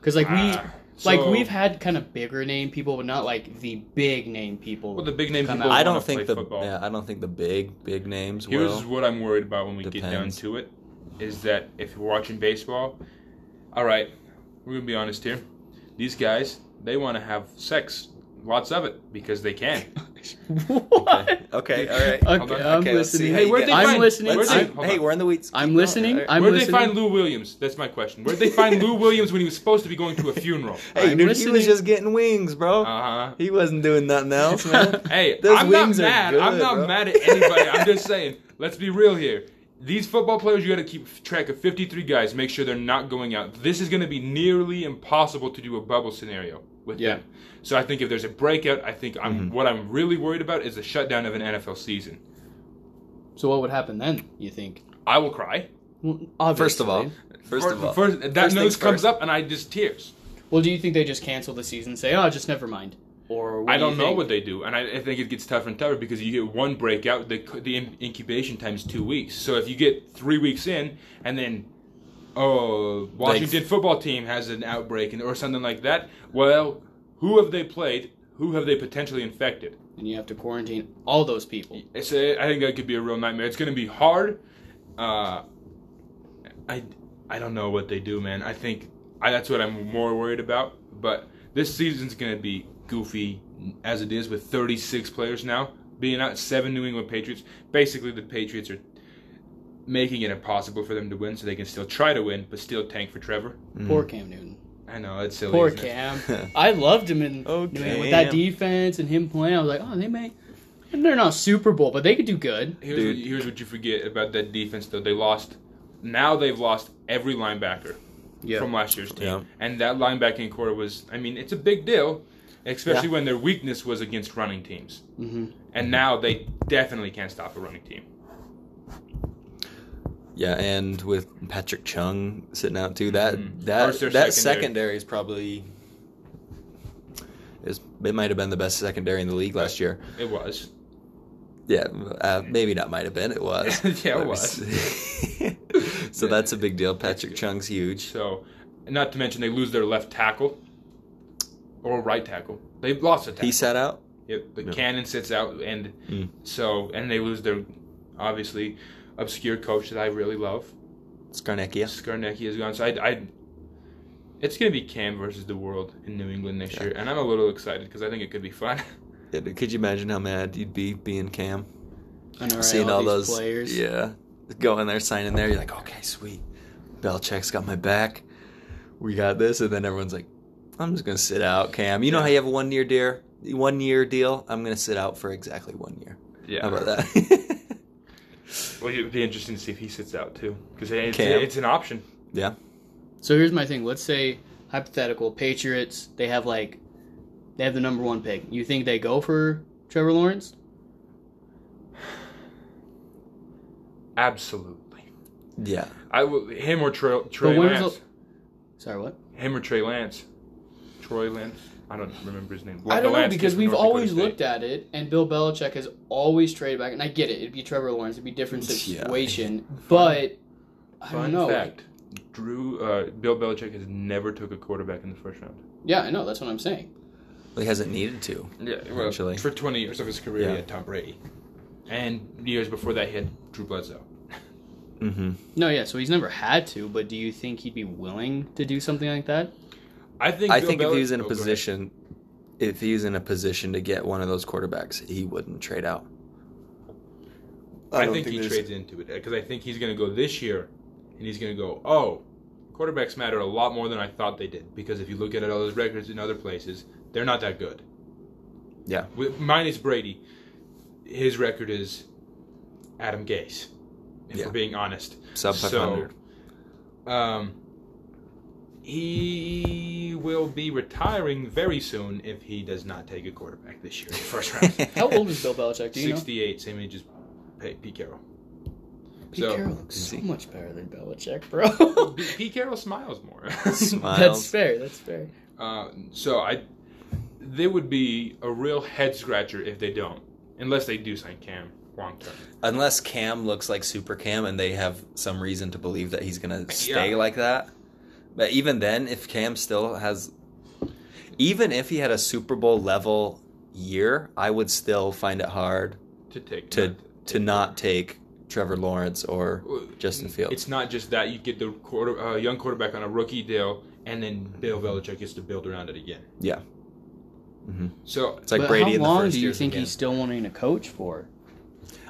Because like we, Ah, like so- we've had kind of bigger name people, but not like the big name people. Well, the big name Come people. out. I wanna don't think play the football. yeah, I don't think the big big names Here's will. what I'm worried about when we get down Depends. to it is that if you're watching baseball, all right, we're going to be honest here. These guys, they want to have sex, lots of it, because they can. what? Okay, all Okay, right. Hold on. I'm Okay, let's see listening. how Hey, you where'd get- they I'm find- listening. where'd Let's they- see. I'm, hold Hey, on. we're in the weeds. I'm Keep going. listening. All right. I'm Where'd listening. they find Lou Williams? That's my question. Where'd they find Lou Williams when he was supposed to be going to a funeral? Hey, I'm dude, he listening. was just getting wings, bro. Uh huh. He wasn't doing nothing else, man. Hey, Those I'm not wings are mad. I'm good, not bro. mad at anybody. I'm just saying, let's be real here. These football players, you got to keep track of 53 guys. Make sure they're not going out. This is going to be nearly impossible to do a bubble scenario with Yeah. them. So I think if there's a breakout, I think I'm what I'm really worried about is the shutdown of an NFL season. So what would happen then? You think? I will cry. Well, First of all, first Fir- of all, first- that first news things comes first. up and I just tears. Well, do you think they just cancel the season? and Say, oh, just never mind. Or what I do don't you know think? what they do, and I, I think it gets tougher and tougher because you get one breakout, the c- the in- incubation time is two weeks. So if you get three weeks in, and then oh, Washington football team has an outbreak and, or something like that, well, who have they played? Who have they potentially infected? And you have to quarantine all those people. It's a, I think that could be a real nightmare. It's going to be hard. Uh, I, I don't know what they do, man. I think I, that's what I'm more worried about. But this season's gonna be goofy as it is with 36 players now being out. Seven New England Patriots. Basically, the Patriots are making it impossible for them to win, so they can still try to win, but still tank for Trevor. Poor Cam Newton. I know it's silly. Poor isn't it? Cam. I loved him in Oh, New England with that Cam. defense and him playing. I was like, oh, they may. They're not Super Bowl, but they could do good. Here's, Dude. What, here's what you forget about that defense, though. They lost. Now they've lost every linebacker Yeah. from last year's team, Yeah. and that linebacking core was. I mean, it's a big deal, especially Yeah. when their weakness was against running teams. Mm-hmm. And now they definitely can't stop a running team. Yeah, and with Patrick Chung sitting out too, that Mhm. that Or is there that secondary. secondary? is probably is it might have been the best secondary in the league last year. It was. Yeah, uh, maybe not might have been. It was. Yeah, it so that's a big deal. Patrick Chung's huge. So, not to mention they lose their left tackle or right tackle. They've lost a tackle. He sat out. Yep, the Yeah. cannon sits out, and Mm. so and they lose their obviously obscure coach that I really love. Skarnecki. Skarnecki is gone, so I, I it's gonna be Cam versus the world in New England next year, and I'm a little excited because I think it could be fun. Could you imagine how mad you'd be being Cam, And all right, seeing all, those players. Yeah, going there, signing there. You're like, okay, sweet. Belichick's got my back. We got this, and then everyone's like, I'm just gonna sit out, Cam. You know how you have a one year deal, one year deal. I'm gonna sit out for exactly one year. yeah, How about that? Well, it'd be interesting to see if he sits out too, because it's, Cam. it's an option. yeah. So here's my thing. Let's say hypothetical Patriots. They have like they have the number one pick. You think they go for Trevor Lawrence? Absolutely, Yeah. I will him or Trey, Trey But where's Lance, Sorry, what? him or Trey Lance, Troy Lance. I don't remember his name. I don't The know Lance kid because from we've North Dakota always State. looked at it, and Bill Belichick has always traded back. And I get it; it'd be Trevor Lawrence, it'd be a different Yeah. situation. But I Fun don't know. fact: Drew uh, Bill Belichick has never took a quarterback in the first round. Yeah, I know. That's what I'm saying. He hasn't needed to. Yeah, well, Actually. for twenty years of his career, Yeah. he had Tom Brady, and years before that, he had Drew Bledsoe. Mm-hmm. No, yeah. So he's never had to, but do you think he'd be willing to do something like that? I think. I Bill think if Belich- he was in a Oh, go ahead. position, if he was in a position to get one of those quarterbacks, he wouldn't trade out. I, think, he trades into it because I think he's going to go this year, and he's going to go. Oh, quarterbacks matter a lot more than I thought they did because if you look at all those records in other places, they're not that good. Yeah. With, minus Brady, his record is Adam Gase. If Yeah. we're being honest, sub five hundred. So, um, he will be retiring very soon if he does not take a quarterback this year in the first round. How old is Bill Belichick? Do you Sixty-eight, same age as Pete, Pete Carroll. know? Pete So Carroll looks so See. much better than Belichick, bro. Pete Pete Carroll smiles more. that's Smiles. fair. That's fair. uh, so I, they would be a real head scratcher if they don't, unless they do sign Cam long term. Unless Cam looks like Super Cam and they have some reason to believe that he's gonna stay Yeah. like that. But even then, if Cam still has, even if he had a Super Bowl level year, I would still find it hard To take to to not take Trevor Lawrence or Well, Justin Fields. It's not just that you get the quarter, uh, young quarterback on a rookie deal, and then Bill Belichick gets to build around it again. Yeah, Mm-hmm. So it's like but Brady how in the long first do you years think again. he's still wanting to coach for?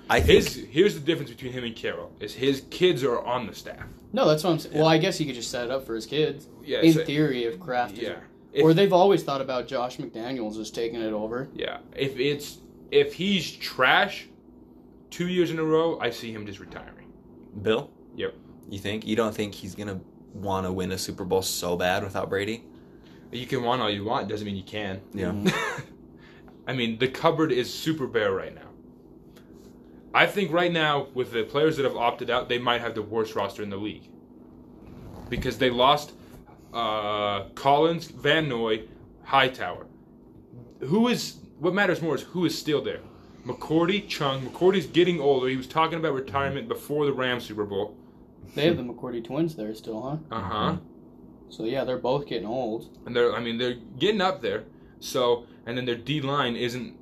I think his here's the difference between him and Carroll is his kids are on the staff. No, that's what I'm saying. Well, I guess he could just set it up for his kids. Yeah, in so- theory, if Kraft is yeah. If, or they've always thought about Josh McDaniels as taking it over. yeah. If it's if he's trash, two years in a row, I see him just retiring. Bill. Yep. You think you don't think he's gonna want to win a Super Bowl so bad without Brady? You can want all you want, doesn't mean you can. Yeah. Mm-hmm. I mean, the cupboard is super bare right now. I think right now, with the players that have opted out, they might have the worst roster in the league. Because they lost uh, Collins, Van Noy, Hightower. Who is, what matters more is who is still there. McCourty, Chung. McCourty's getting older. He was talking about retirement before the Rams Super Bowl. They have the McCourty twins there still, huh? Uh huh. So yeah, they're both getting old. And they're, I mean, they're getting up there. So, and then their D line isn't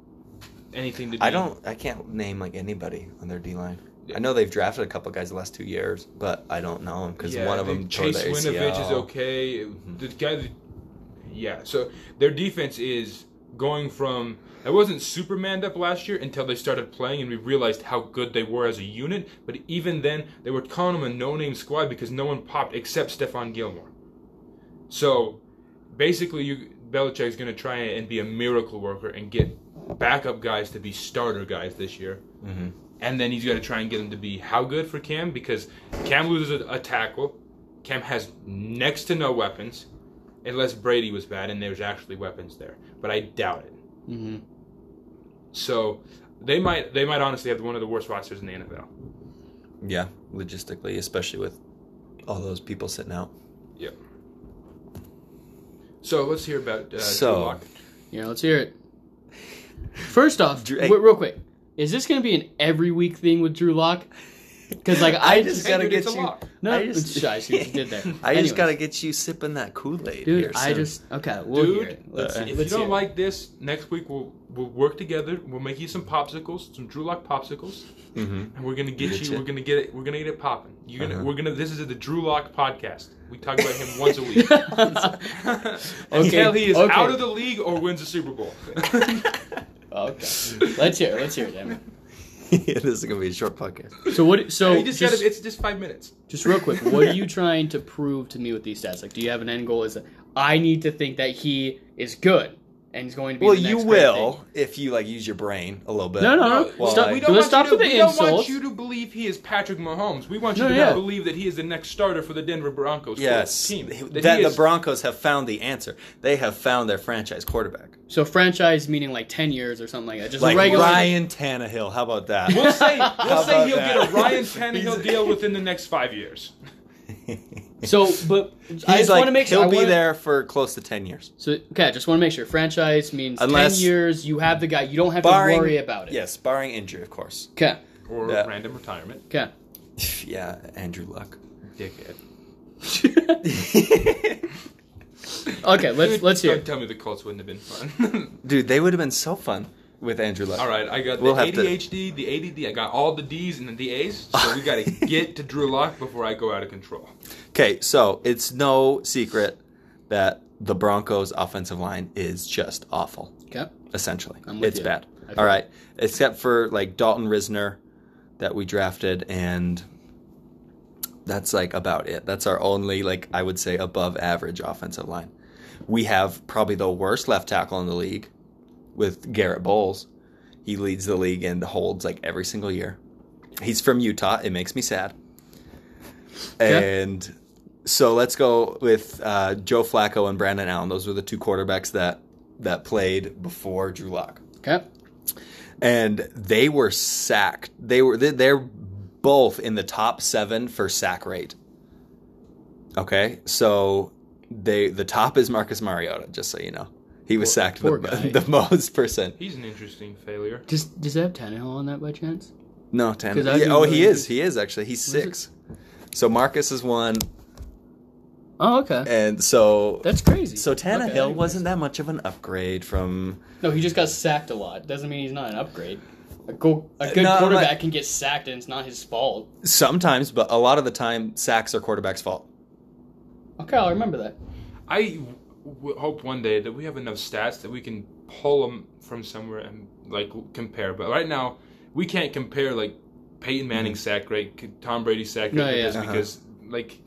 anything to do. I don't. I can't name like anybody on their D line. I know they've drafted a couple guys the last two years, but I don't know them because Yeah, one of the them Chase tore the Winovich is ACL. okay. Mm-hmm. The guy, that- yeah. So their defense is going from that wasn't super manned up last year until they started playing and we realized how good they were as a unit. But even then, they were calling them a no name squad because no one popped except Stefan Gilmore. So basically, you Belichick's going to try and be a miracle worker and get backup guys to be starter guys this year. Mhm. And then he's got to try and get them to be how good for Cam because Cam loses a, a tackle. Cam has next to no weapons, unless Brady was bad and there's actually weapons there. But I doubt it. hmm So they might they might honestly have one of the worst rosters in the NFL. Yeah, logistically, especially with all those people sitting out. So let's hear about uh, So- Drew Lock. Yeah, let's hear it. First off, Drew- wait, real quick, is this going to be an every week thing with Drew Lock? Because like I, just gotta dude, get it's a you- lock. No, I just- it's- I see what you did there. I Anyways. just gotta get you sipping that Kool Aid. dude, here I soon. just okay. We'll Dude, hear it. Let's, uh, see. If let's you hear don't it. like this, next week we'll we'll work together. We'll make you some popsicles, some Drew Lock popsicles, Mhm. and we're gonna get Get you. ya. We're gonna get it. We're gonna get it popping. You're gonna. Uh-huh. We're gonna. This is the Drew Lock podcast. We talk about him once a week until he is okay. out of the league or wins the Super Bowl. okay, let's hear. it, Let's hear it. Damon. yeah, this is gonna be a short podcast. So what? So You just Oh, just- gotta, it's just five minutes. Just real quick, what are you trying to prove to me with these stats? Like, do you have an end goal? Is that I need to think that he is good and he's going to be. Well, the you next will if you like use your brain a little bit. No, no, no. Well, stop. I- we let's don't, want stop you with to, the we don't want insults. you to believe he is Patrick Mahomes. We want you No, to yeah. believe that he is the next starter for the Denver Broncos Yes, team. that, he the is- Broncos have found the answer. They have found their franchise thing. quarterback, So franchise meaning like ten years or something like that. Just like regular. Ryan Tannehill. How about that? We'll say, we'll How say about he'll that? get a Ryan He's- Tannehill deal within the next five years. So, but I He's just like want to make sure he'll I be wanna- there for close to ten years. So okay, I just want to make sure franchise means Unless- ten years. You have the guy. You don't have Barring, to worry about it. Yes, barring injury, of course. Okay. Or Yeah. random retirement. Okay. yeah, Andrew Luck. Dickhead. okay. Let's Dude, let's hear. Don't it. tell me the Colts wouldn't have been fun. Dude, they would have been so fun with Andrew Luck. all right, I got We'll the have to- ADHD, the ADD. I got all the D's and the A's. So we got to get to Drew Lock before I go out of control. Okay, so it's no secret that the Broncos' offensive line is just awful. Okay. essentially. I'm with it's you. bad. I All right, except for like Dalton Risner that we drafted, and that's like about it. That's our only like I would say above average offensive line. We have probably the worst left tackle in the league with Garrett Bowles. He leads the league in holds like every single year. He's from Utah. It makes me sad. Okay. And so let's go with uh, Joe Flacco and Brandon Allen. Those were the two quarterbacks that that played before Drew Lock, Okay. and they were sacked. They were they, they're both in the top seven for sack rate. Okay, so they the top is Marcus Mariota. Just so you know, he was Poor- sacked poor guy. the, the most percent. He's an interesting failure. Does does that have Tannehill on that by chance? No, ten. 'Cause I'd Yeah, be oh, willing he to- is. He is actually. He's What is six. So Marcus is one, Oh, okay. and so That's crazy. so Okay. Tannehill wasn't that much of an upgrade from. No, he just got sacked a lot. Doesn't mean he's not an upgrade. A, go- a good Uh, No, I'm quarterback not- can get sacked and it's not his fault. Sometimes, but a lot of the time, sacks are quarterback's fault. Okay, I'll remember that. I w- hope one day that we have enough stats that we can pull them from somewhere and like compare. But right now, we can't compare like Peyton Manning's sack rate, Tom Brady's sack rate, No, yeah. because, Mm-hmm. Uh-huh. because like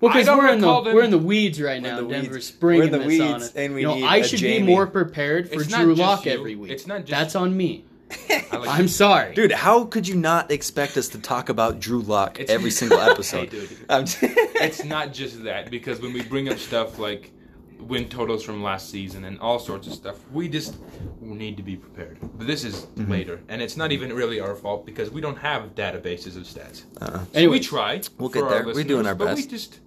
Well, I because don't we're in the recall them- we're in the weeds right now. the in Denver weeds. spring We're in the this on weeds, us. and we you know, need I a should be Jamie. more prepared for It's not Drew just Lock you. every week. It's not just- That's on me. I like I'm sorry. Dude, how could you not expect us to talk about Drew Lock It's- every single Hey, episode? dude. I'm- it's not just that because when we bring up stuff like win totals from last season and all sorts of stuff, we just need to be prepared. But this is Mm-hmm. later, and it's not even really our fault because we don't have databases of stats. anyway, we try. We'll for get our there. We're doing listeners, our but best. We just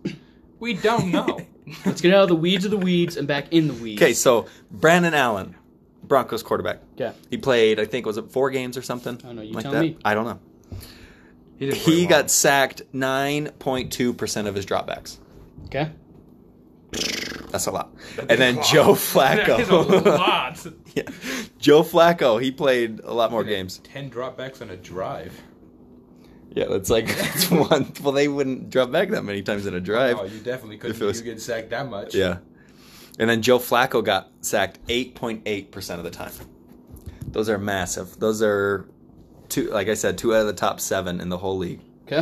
we don't know. let's get out of the weeds of the weeds and back in the weeds. okay, so Brandon Allen, Broncos quarterback. Yeah. He played, I think, was it four games or something? I don't know, you like tell that? me. I don't know. he didn't play He well. got sacked 9.2% of his dropbacks. Okay. That's a lot. That And then is a Joe lot. Flacco. That is a lot. yeah. Joe Flacco, he played a lot more games. Ten dropbacks on a drive. Yeah, it's like it's one. Well, they wouldn't drop back that many times in a drive. Oh, you definitely couldn't If it was- you get sacked that much. Yeah. And then Joe Flacco got sacked 8.8% of the time. Those are massive. Those are two like I said, two out of the top 7 in the whole league. Okay.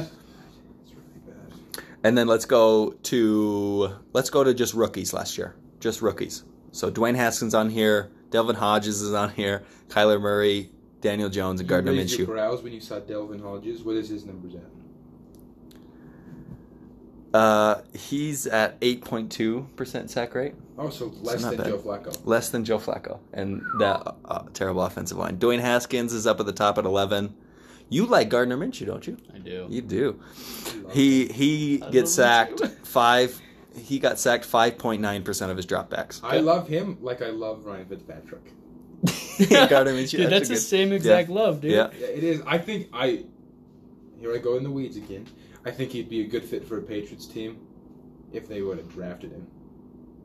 It's really bad. And then let's go to let's go to just rookies last year. Just rookies. So Dwayne Haskins on here, Delvin Hodges is on here, Kyler Murray, Daniel Jones, and Gardner you raised your Minshew. brows when you saw Delvin Hodges. What is his numbers at? Uh, he's at 8.2% sack rate. Oh, so less not than bad. Joe Flacco. less than Joe Flacco and that uh, terrible offensive line. Dwayne Haskins is up at the top at 11. You like Gardner Minshew, don't you? I do. You do. He he love gets him sacked 5 he got sacked 5.9% of his dropbacks. I love him like I love Ryan Fitzpatrick. Gardner Minshew. Dude, that's the a good- same exact love, dude. Yeah. Yeah, it is. I think I. Here I go in the weeds again. I think he'd be a good fit for a Patriots team if they would have drafted him.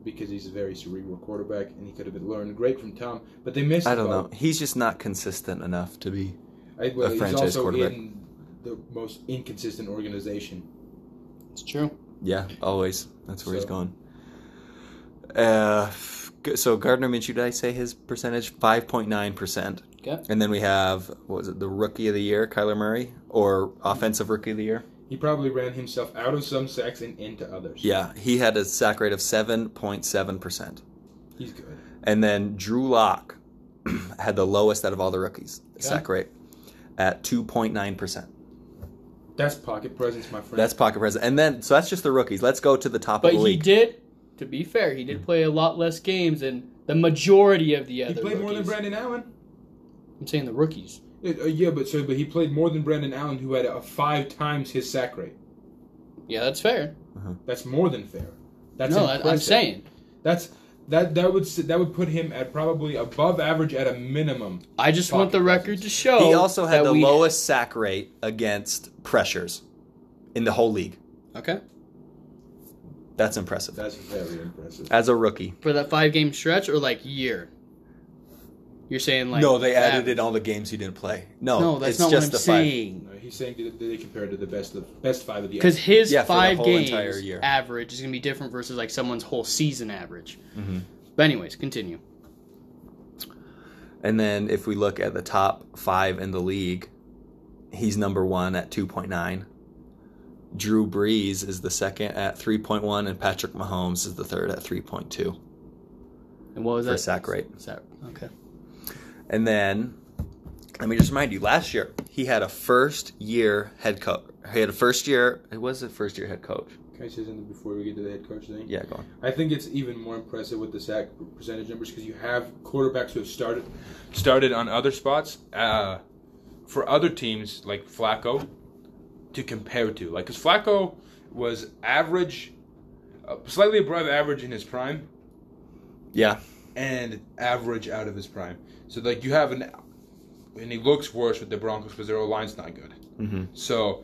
Because he's a very cerebral quarterback and he could have been learned great from Tom, but they missed I don't about- know. He's just not consistent enough to be. I, well, A he's franchise also quarterback. in the most inconsistent organization. It's true. Yeah, always. That's where he's So- going. Uh g- so Gardner Minshew, did I say his percentage? Five point nine percent. Okay. And then we have what was it, the rookie of the year, Kyler Murray, or offensive rookie of the year? He probably ran himself out of some sacks and into others. Yeah, he had a sack rate of seven point seven percent. He's good. And then Drew Lock had the lowest out of all the rookies sack rate at two point nine percent. That's pocket presence, my friend. That's pocket present. And then so that's just the rookies. Let's go to the top But of the he league. did, to be fair, he did play a lot less games than the majority of the he other played more than rookies. Brandon Allen. I'm saying the rookies. Yeah, uh, yeah, but so but he played more than Brandon Allen, who had a five times his sack rate. Yeah, that's fair. That's more than fair. That's no, I, I'm impressive. saying that's that that would s- that would put him at probably above average at a minimum. I just want the Pocket record to show. He also had Oh, that the we- lowest sack rate against pressures in the whole league. Okay. That's impressive. That's very impressive. As a rookie. For that five game stretch or like year. You're saying like no, they added average. in all the games he didn't play. No, No, that's it's not what just I'm the five. saying. No, he's saying that they compare to the best of best five of the Because his Yeah, for the five whole games entire year. average is going to be different versus like someone's whole season average. Mm-hmm. But anyways, continue. And then if we look at the top five in the league, he's number one at 2.9. Drew Brees is the second at 3.1, and Patrick Mahomes is the third at 3.2 And what was for that? sack rate. Sack- Okay. And then let me just remind you, last year he had a first year head coach. He had a first year. It was a first year head coach. Can I say something before we get to the head coach thing? Yeah, go on. I think it's even more impressive with the sack percentage numbers because you have quarterbacks who have started started on other spots uh, for other teams like Flacco to compare to. Like, because Flacco was average, uh, slightly above average in his prime, Yeah, and average out of his prime. So like you have an, and he looks worse with the Broncos because their O line's not good. Mhm. So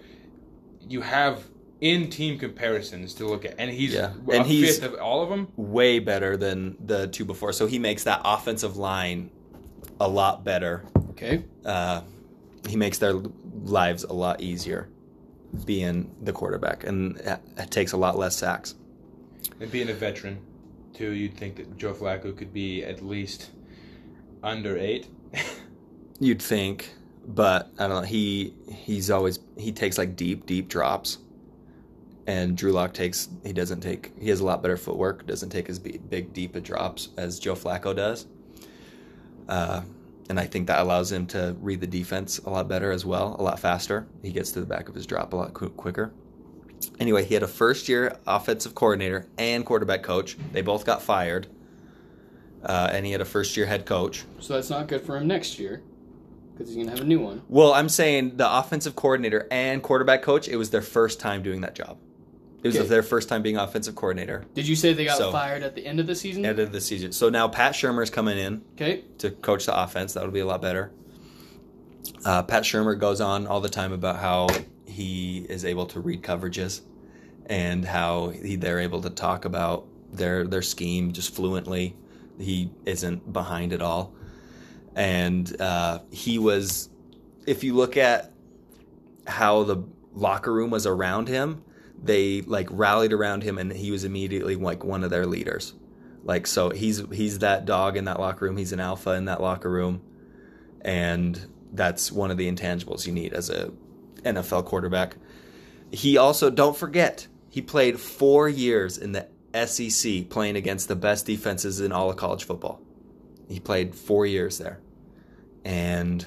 you have in team comparisons to look at, and he's Yeah. a And he's- fifth of all of them. way better than the two before. So he makes that offensive line a lot better. Okay. Uh, he makes their lives a lot easier being the quarterback, and it takes a lot less sacks. And being a veteran, too, you'd think that Joe Flacco could be at least under eight. You'd think, but I don't know. He he's always he takes like deep deep drops, and Drew Lock takes he doesn't take he has a lot better footwork. Doesn't take as be- big deep of drops as Joe Flacco does. Uh, and I think that allows him to read the defense a lot better as well, a lot faster. He gets to the back of his drop a lot qu- quicker. Anyway, he had a first year offensive coordinator and quarterback coach. They both got fired. Uh, and he had a first year head coach. So that's not good for him next year because he's going to have a new one. Well, I'm saying the offensive coordinator and quarterback coach, it was their first time doing that job. It was Okay. their first time being offensive coordinator Did you say they got So- fired at the end of the season? end of the season. So now Pat Shermer's coming in Okay. to coach the offense. That'll be a lot better. Uh, Pat Shermer goes on all the time about how he is able to read coverages and how he, they're able to talk about their their scheme just fluently. He isn't behind at all, and uh, he was. If you look at how the locker room was around him, they like rallied around him, and he was immediately like one of their leaders. Like so, he's he's that dog in that locker room. He's an alpha in that locker room, and that's one of the intangibles you need as a NFL quarterback. He also don't forget he played four years in the SEC playing against the best defenses in all of college football. He played four years there, and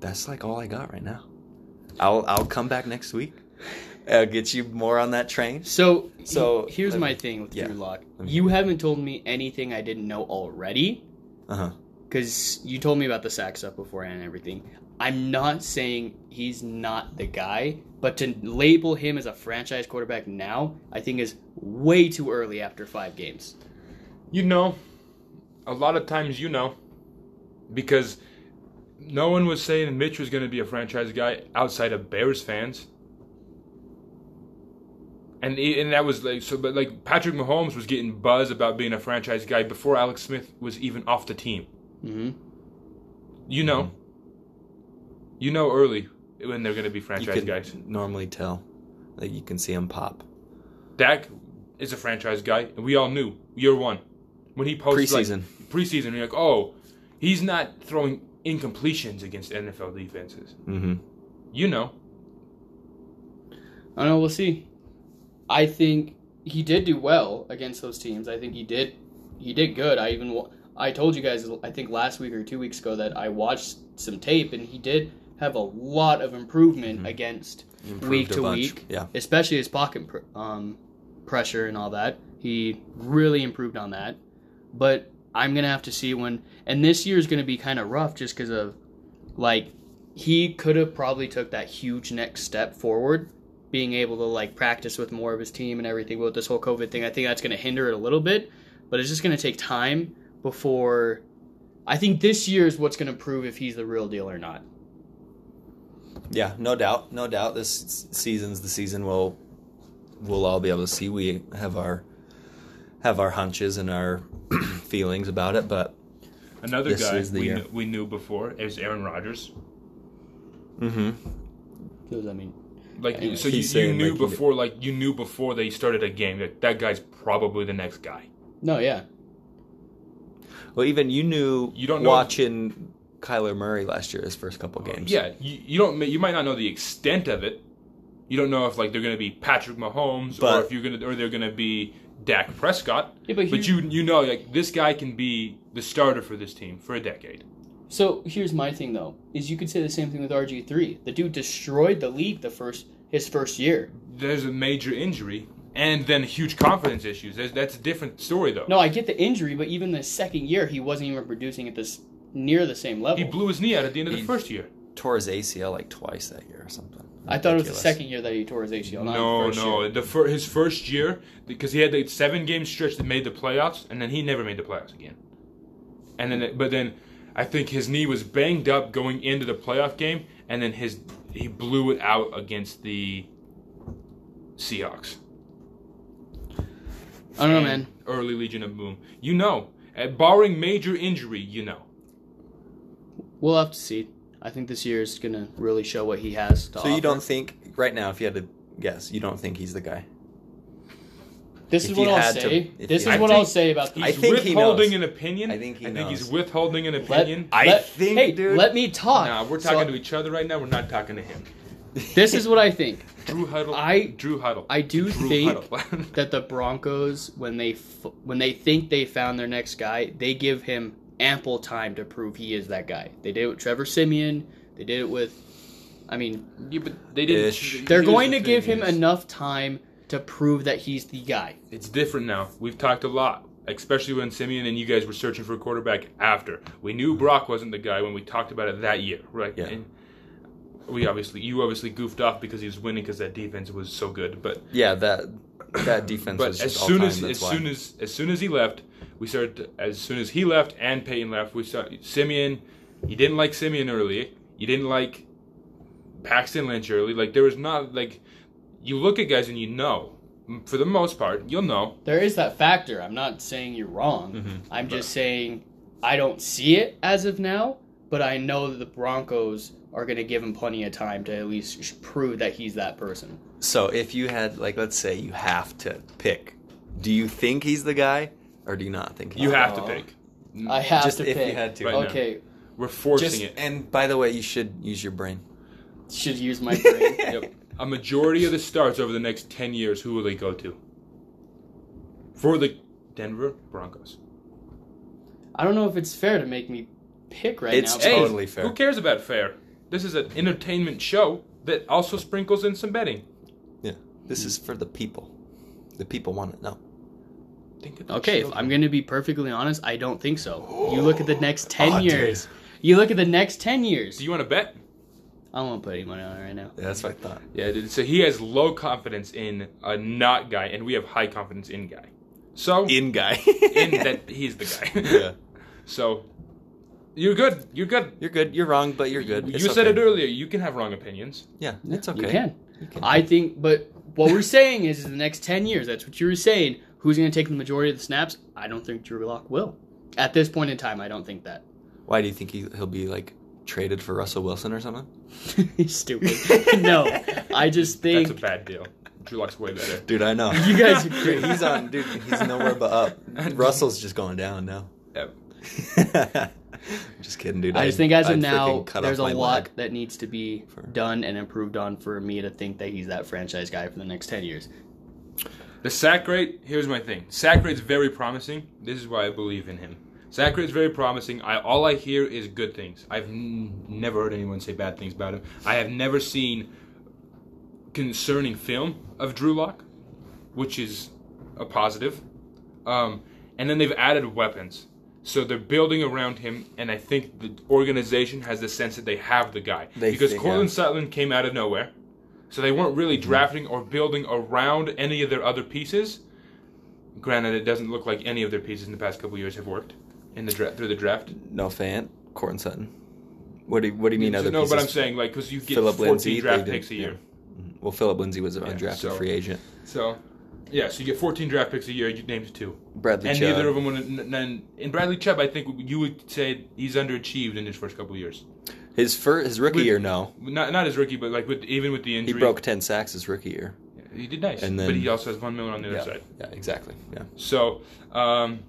that's like all I got right now. I'll I'll come back next week. I'll get you more on that train. So, So, so here's let me- my thing with yeah. Drew Lock. Let me- You haven't told me anything I didn't know already Uh huh. because you told me about the sack stuff beforehand and everything. I'm not saying he's not the guy, but to label him as a franchise quarterback now, I think is way too early after five games. You know, a lot of times you know, because no one was saying Mitch was going to be a franchise guy outside of Bears fans. And he- and that was like so, but like Patrick Mahomes was getting buzz about being a franchise guy before Alex Smith was even off the team. hmm You know, you know early when they're going to be You franchise can guys. normally tell, like you can see him pop Dak is a franchise guy, and we all knew year one when he posted preseason. Like, preseason, you're like, oh, he's not throwing incompletions against NFL defenses. mm-hmm. You know, I don't know. We'll see. I think he did do well against those teams. I think he did. He did good. I even wa- I told you guys I think last week or two weeks ago that I watched some tape and he did have a lot of improvement against week Mm-hmm. a to bunch. week. Yeah. especially his pocket pr- um, pressure and all that. He really improved on that. But I'm gonna have to see when. And this year is gonna be kind of rough just because of like he could have probably took that huge next step forward being able to like practice with more of his team and everything but with this whole covid thing i think that's going to hinder it a little bit but it's just going to take time before i think this year is what's going to prove if he's the real deal or not Yeah, no doubt, no doubt. This s- season's the season we'll we'll all be able to see. We have our have our hunches and our feelings about it, but another This guy is the we year. knew, we knew before is Aaron Rodgers. mm-hmm. what does that mean Like Yeah, so, you, he's you saying, knew like, he- before, like you knew before they started a game that that guy's probably the next guy. no yeah well, even you knew You don't know- Oh, watching Kyler Murray last year, his first couple games. Yeah, you, you don't ma- you might not know the extent of it. You don't know if like they're gonna be Patrick Mahomes or But- if you're gonna or they're gonna be Dak Prescott. Yeah, but but he- you you know like this guy can be the starter for this team for a decade. so here's my thing though is you could say the same thing with rg3 the dude destroyed the league the first his first year There's a major injury and then huge confidence issues. There's, that's a different story though. no i get the injury but even the second year he wasn't even producing at this near the same level He blew his knee out at the end of the He- first year. tore his ACL like twice that year or something. I thought it was the Ridiculous. second year that he tore his ACL. Not No, the first no, year. the fir- his first year because he had the seven game stretch that made the playoffs, and then he never made the playoffs again. And then, but then, I think his knee was banged up going into the playoff game, and then his he blew it out against the Seahawks. I don't know, And Oh, man. Early Legion of Boom. You know, uh, barring major injury, you know. We'll have to see. I think this year is gonna really show what he has. To So you don't think right now, if you had to guess, you don't think he's the guy. This if is you what I'll had to- say. if this you is had what to- I'll say about He's these. think he withholding knows. an opinion. I think he he's knows. withholding an Let, opinion. I let- think, hey, dude- Let me talk. nah, we're So, talking to each other right now. We're not talking to him. this is what I think. Drew Huddle. I- Drew Huddle. I do Drew think Huddle. that the Broncos, when they f- when they think they found their next guy, they give him ample time to prove he is that guy. They did it with Trevor Simeon. They did it with. I mean, Yeah, but they didn't. Ish. they're here's going the to give thing him is, enough time to prove that he's the guy. It's different now. We've talked a lot, especially when Simeon and you guys were searching for a quarterback. After we knew Brock wasn't the guy when we talked about it that year, right? Yeah. And we obviously, you obviously goofed off because he was winning because that defense was so good. But Yeah, that that defense was but just as all soon time. as that's as why. soon as as soon as he left, we started. to- as soon as he left and Peyton left, we saw Simeon. You didn't like Simeon early. You didn't like Paxton Lynch early. Like there was not like you look at guys and you know for the most part you'll know. There is that Mm-hmm. factor. I'm not saying you're wrong. I'm just saying I don't see it as of now, but I know that the Broncos are going to give him plenty of time to at least sh- prove that he's that person. So if you had like let's say you have to pick, do you think he's the guy or do you not think he's You the have to guy? pick. I have Just to if pick. you had to. Right now. okay, We're forcing Just, it. and by the way, you should use your brain. should use my brain. Yep. A majority of the starts over the next 10 years, who will they go to? For the Denver Broncos. I don't know if it's fair to make me pick right It's now. Hey, but- totally fair. Who cares about fair? This is an entertainment show that also sprinkles in some betting. Yeah. This is for the people. The people want to know. Think of the Oh, Okay, if children. I'm going to be perfectly honest, I don't think so. You look at the next 10 Oh, dude. years. You look at the next 10 years. Do you want to bet? I won't put any money on it right now. Yeah, that's what I thought. Yeah, dude. So he has low confidence in a not guy, and we have high confidence in guy. So, in, In guy. that he's the guy. yeah. So, you're good. You're good. You're good. You're wrong, but you're good. You It's said it okay. earlier. You can have wrong opinions. Yeah, it's okay. You can. I think, but what we're saying is, is the next 10 years, that's what you were saying, who's going to take the majority of the snaps? I don't think Drew Lock will. At this point in time, I don't think that. Why do you think he, he'll be like traded for Russell Wilson or something? He's stupid. no, I just think That's a bad deal. Drew Lock's way better. Dude, I know. you guys are great. he's on, dude. He's nowhere but up. Russell's just going down now. Yep. just kidding, dude. I just think as of I'd now, freaking cut there's a off my lot leg. that needs to be done and improved on for me to think that he's that franchise guy for the next 10 years. The sack rate, here's my thing. Sack rate's very promising. This is why I believe in him. Sack rate's very promising. I all I hear is good things. I've n- never heard anyone say bad things about him. I have never seen concerning film of Drew Lock, which is a positive. Um, and then they've added weapons. So they're building around him, and I think the organization has the sense that they have the guy. They because figure- Cortland Sutton came out of nowhere. So they weren't really Mm-hmm. drafting or building around any of their other pieces. Granted, it doesn't look like any of their pieces in the past couple years have worked in the dra- through the draft. No fan, Corton Sutton. What do you, What do you mean? So, Other no, pieces? but I'm saying like because you get Philip 14 Lindsay. draft they did- picks a yeah. year. Mhm. Well, Philip Lindsay was an undrafted so- free agent. So, yeah, so you get 14 draft picks a year. You named two, Bradley and Chubb. neither of them would. And, and, and Bradley Chubb, I think you would say he's underachieved in his first couple years. his first, his rookie With- year, no, Not not his rookie, but like with even with the he injury, broke ten sacks his rookie year. He did nice, and but then- he also has one million on the other yeah, side. yeah, exactly. Yeah, So, um,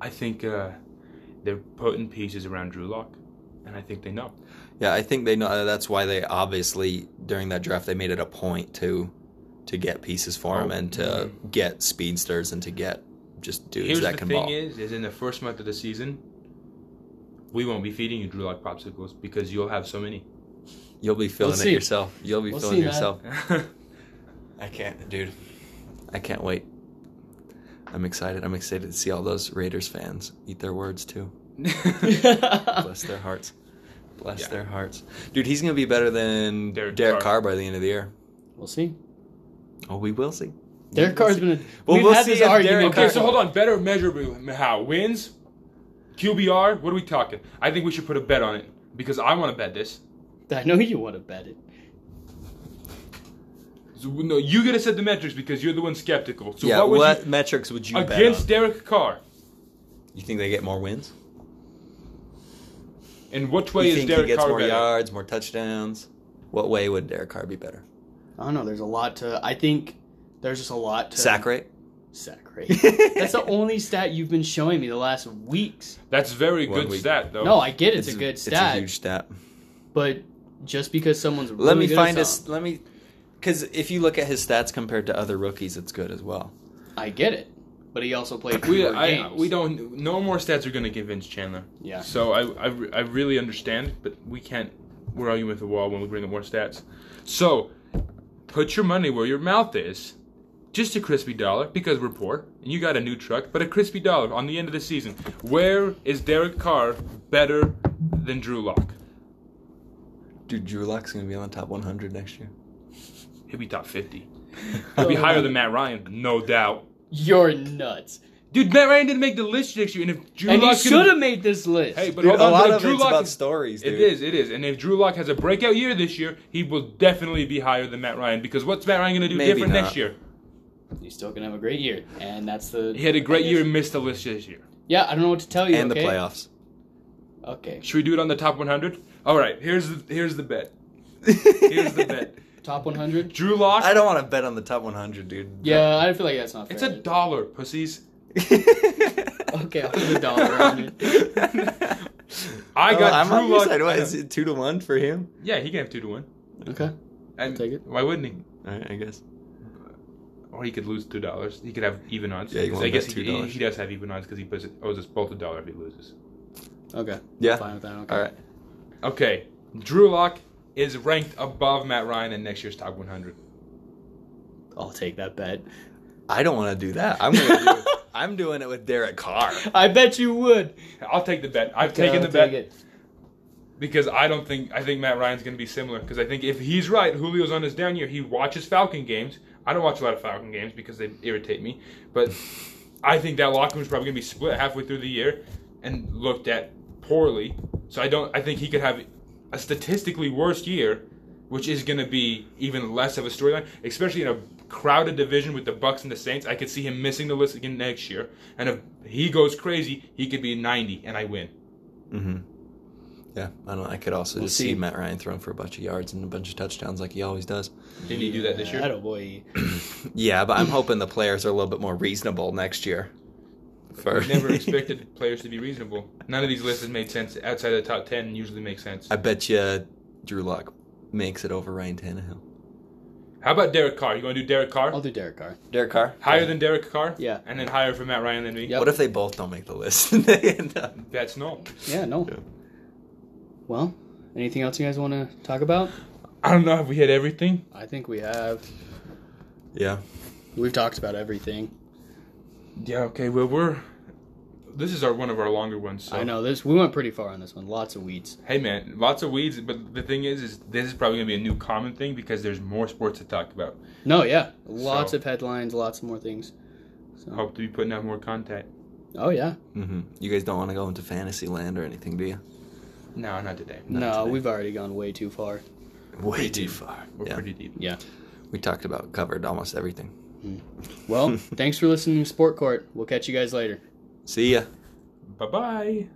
I think uh, they're putting pieces around Drew Lock, and I think they know. yeah. I think they know. uh, That's why they obviously during that draft they made it a point to to get pieces for him Oh, and to get speedsters and to get just dudes Here's that the can thing: ball. is, is in the first month of the season, we won't be feeding you Drew Lock popsicles because you'll have so many. You'll be feeling We'll it see. yourself. You'll be We'll feeling see, man. yourself. I can't, dude. I can't wait. I'm excited. I'm excited to see all those Raiders fans eat their words too. Bless their hearts. Bless Yeah. their hearts. Dude, he's going to be better than Derek Derek, Carr. Carr. by the end of the year. we'll see. Oh, we will see. Derek Carr's been. A, Well, we've we'll had see this if argument. Derek okay, Carr- so hold on. Better measurable how wins, QBR. What are we talking? I think we should put a bet on it because I want to bet this. I know you want to bet it. So, no, you gotta set the metrics because you're the one skeptical. So yeah, what what, would metrics would you you bet against on? Derek Carr? you think they get more wins? And which way You is think he Derek gets Carr more better? yards, more touchdowns? What way would Derek Carr be better? I don't know. There's a lot to. I think there's just a lot to. Sack rate? Sack rate. That's the only stat you've been showing me the last weeks. That's very One good week. stat, though. No, I get it's, a good Oh, It's stat, a huge stat. but just because someone's really Let me good find at us. something, Let me, because if you look at his stats compared to other rookies, it's good as well. I get it. But he also played we, fewer I, games. we don't. No more stats are going to convince Chandler. Yeah. So I, I, re- I really understand, but we can't. We're arguing with the wall when we bring up more stats. So, put your money where your mouth is. Just a crispy dollar because we're poor and you got a new truck, but a crispy dollar on the end of the season. Where is Derek Carr better than Drew Lock? Dude, Drew Lock's gonna be on the top 100 next year. He'll be top fifty. He'll be higher than Matt Ryan, no doubt. You're nuts. Dude, Matt Ryan didn't make the list next year, and if Drew And you Lock's should gonna- have made this list. Hey, but Dude, hold a on, lot but of Drew it's Lock about is- stories, dude. It is, it is. And if Drew Lock has a breakout year this year, he will definitely be higher than Matt Ryan because what's Matt Ryan going to do Maybe different not. next year? you still gonna have a great year, and that's the. He had a great year and missed the list this year. Yeah, I don't know what to tell you. And the okay? playoffs. Okay. Should we do it on the top 100? All right, here's the, here's the bet. Here's the bet. Top 100? Drew Lock. I don't want to bet on the top 100, dude. Yeah, I feel like that's not fair. It's a dollar, pussies. Okay, I'll put a dollar on it. I Well, got Oh, I'm on Drew your Lock. side. Why is it two to one for him? Yeah, he can have two to one. Okay. And take it. Why wouldn't he? All right, I guess. Or he could lose two dollars. He could have even odds. Yeah, you wanna I guess bet he, $2. he does have even odds because he puts, owes us both a dollar if he loses. Okay. Yeah. Fine with that. Okay. All right. Okay, Drew Lock is ranked above Matt Ryan in next year's top 100. I'll take that bet. I don't want to do that. I'm gonna do. I'm doing it with Derek Carr. I bet you would. I'll take the bet. I've Okay, taken I'll the bet take it. because I don't think I think Matt Ryan's going to be similar. Because I think if he's right, Julio's on his down year. He watches Falcon games. I don't watch a lot of Falcon games because they irritate me. But I think that locker room's probably going to be split halfway through the year and looked at poorly. So I don't. I think he could have a statistically worse year, which is going to be even less of a storyline, especially in a crowded division with the Bucks and the Saints. I could see him missing the list again next year, and if he goes crazy, he could be 90, and I win. Mm-hmm. Yeah, I don't. I could also just see. see Matt Ryan throwing for a bunch of yards and a bunch of touchdowns like he always does. Didn't you do that this year? That boy. Yeah, but I'm hoping the players are a little bit more reasonable next year. For I never expected players to be reasonable. None of these lists has made sense outside of the top ten. Usually makes sense. I bet you Drew Lock makes it over Ryan Tannehill. How about Derek Carr? You want to do Derek Carr? I'll do Derek Carr. Derek Carr. higher than Derek Carr? Yeah. And then higher for Matt Ryan than me. Yep. What if they both don't make the list? and they end up? That's no. Yeah, no. Yeah. Well, anything else you guys want to talk about? I don't know if we hit everything. I think we have. Yeah. We've talked about everything. Yeah. Okay. Well, we're. This is our one of our longer ones. So. I know this. We went pretty far on this one. Lots of weeds. Hey man, lots of weeds, but the thing is, is this is probably gonna be a new common thing because there's more sports to talk about. No, yeah, lots So- of headlines. Lots more things. Hope to be putting out more content. Oh yeah. hmm You guys don't want to go into fantasy land or anything, do you? No, not today. no, today. we've already gone way too far. Way too far. We're yeah. pretty deep. Yeah. We talked about covered almost everything. Well, thanks for listening to Sport Court. We'll catch you guys later. See ya. Bye bye.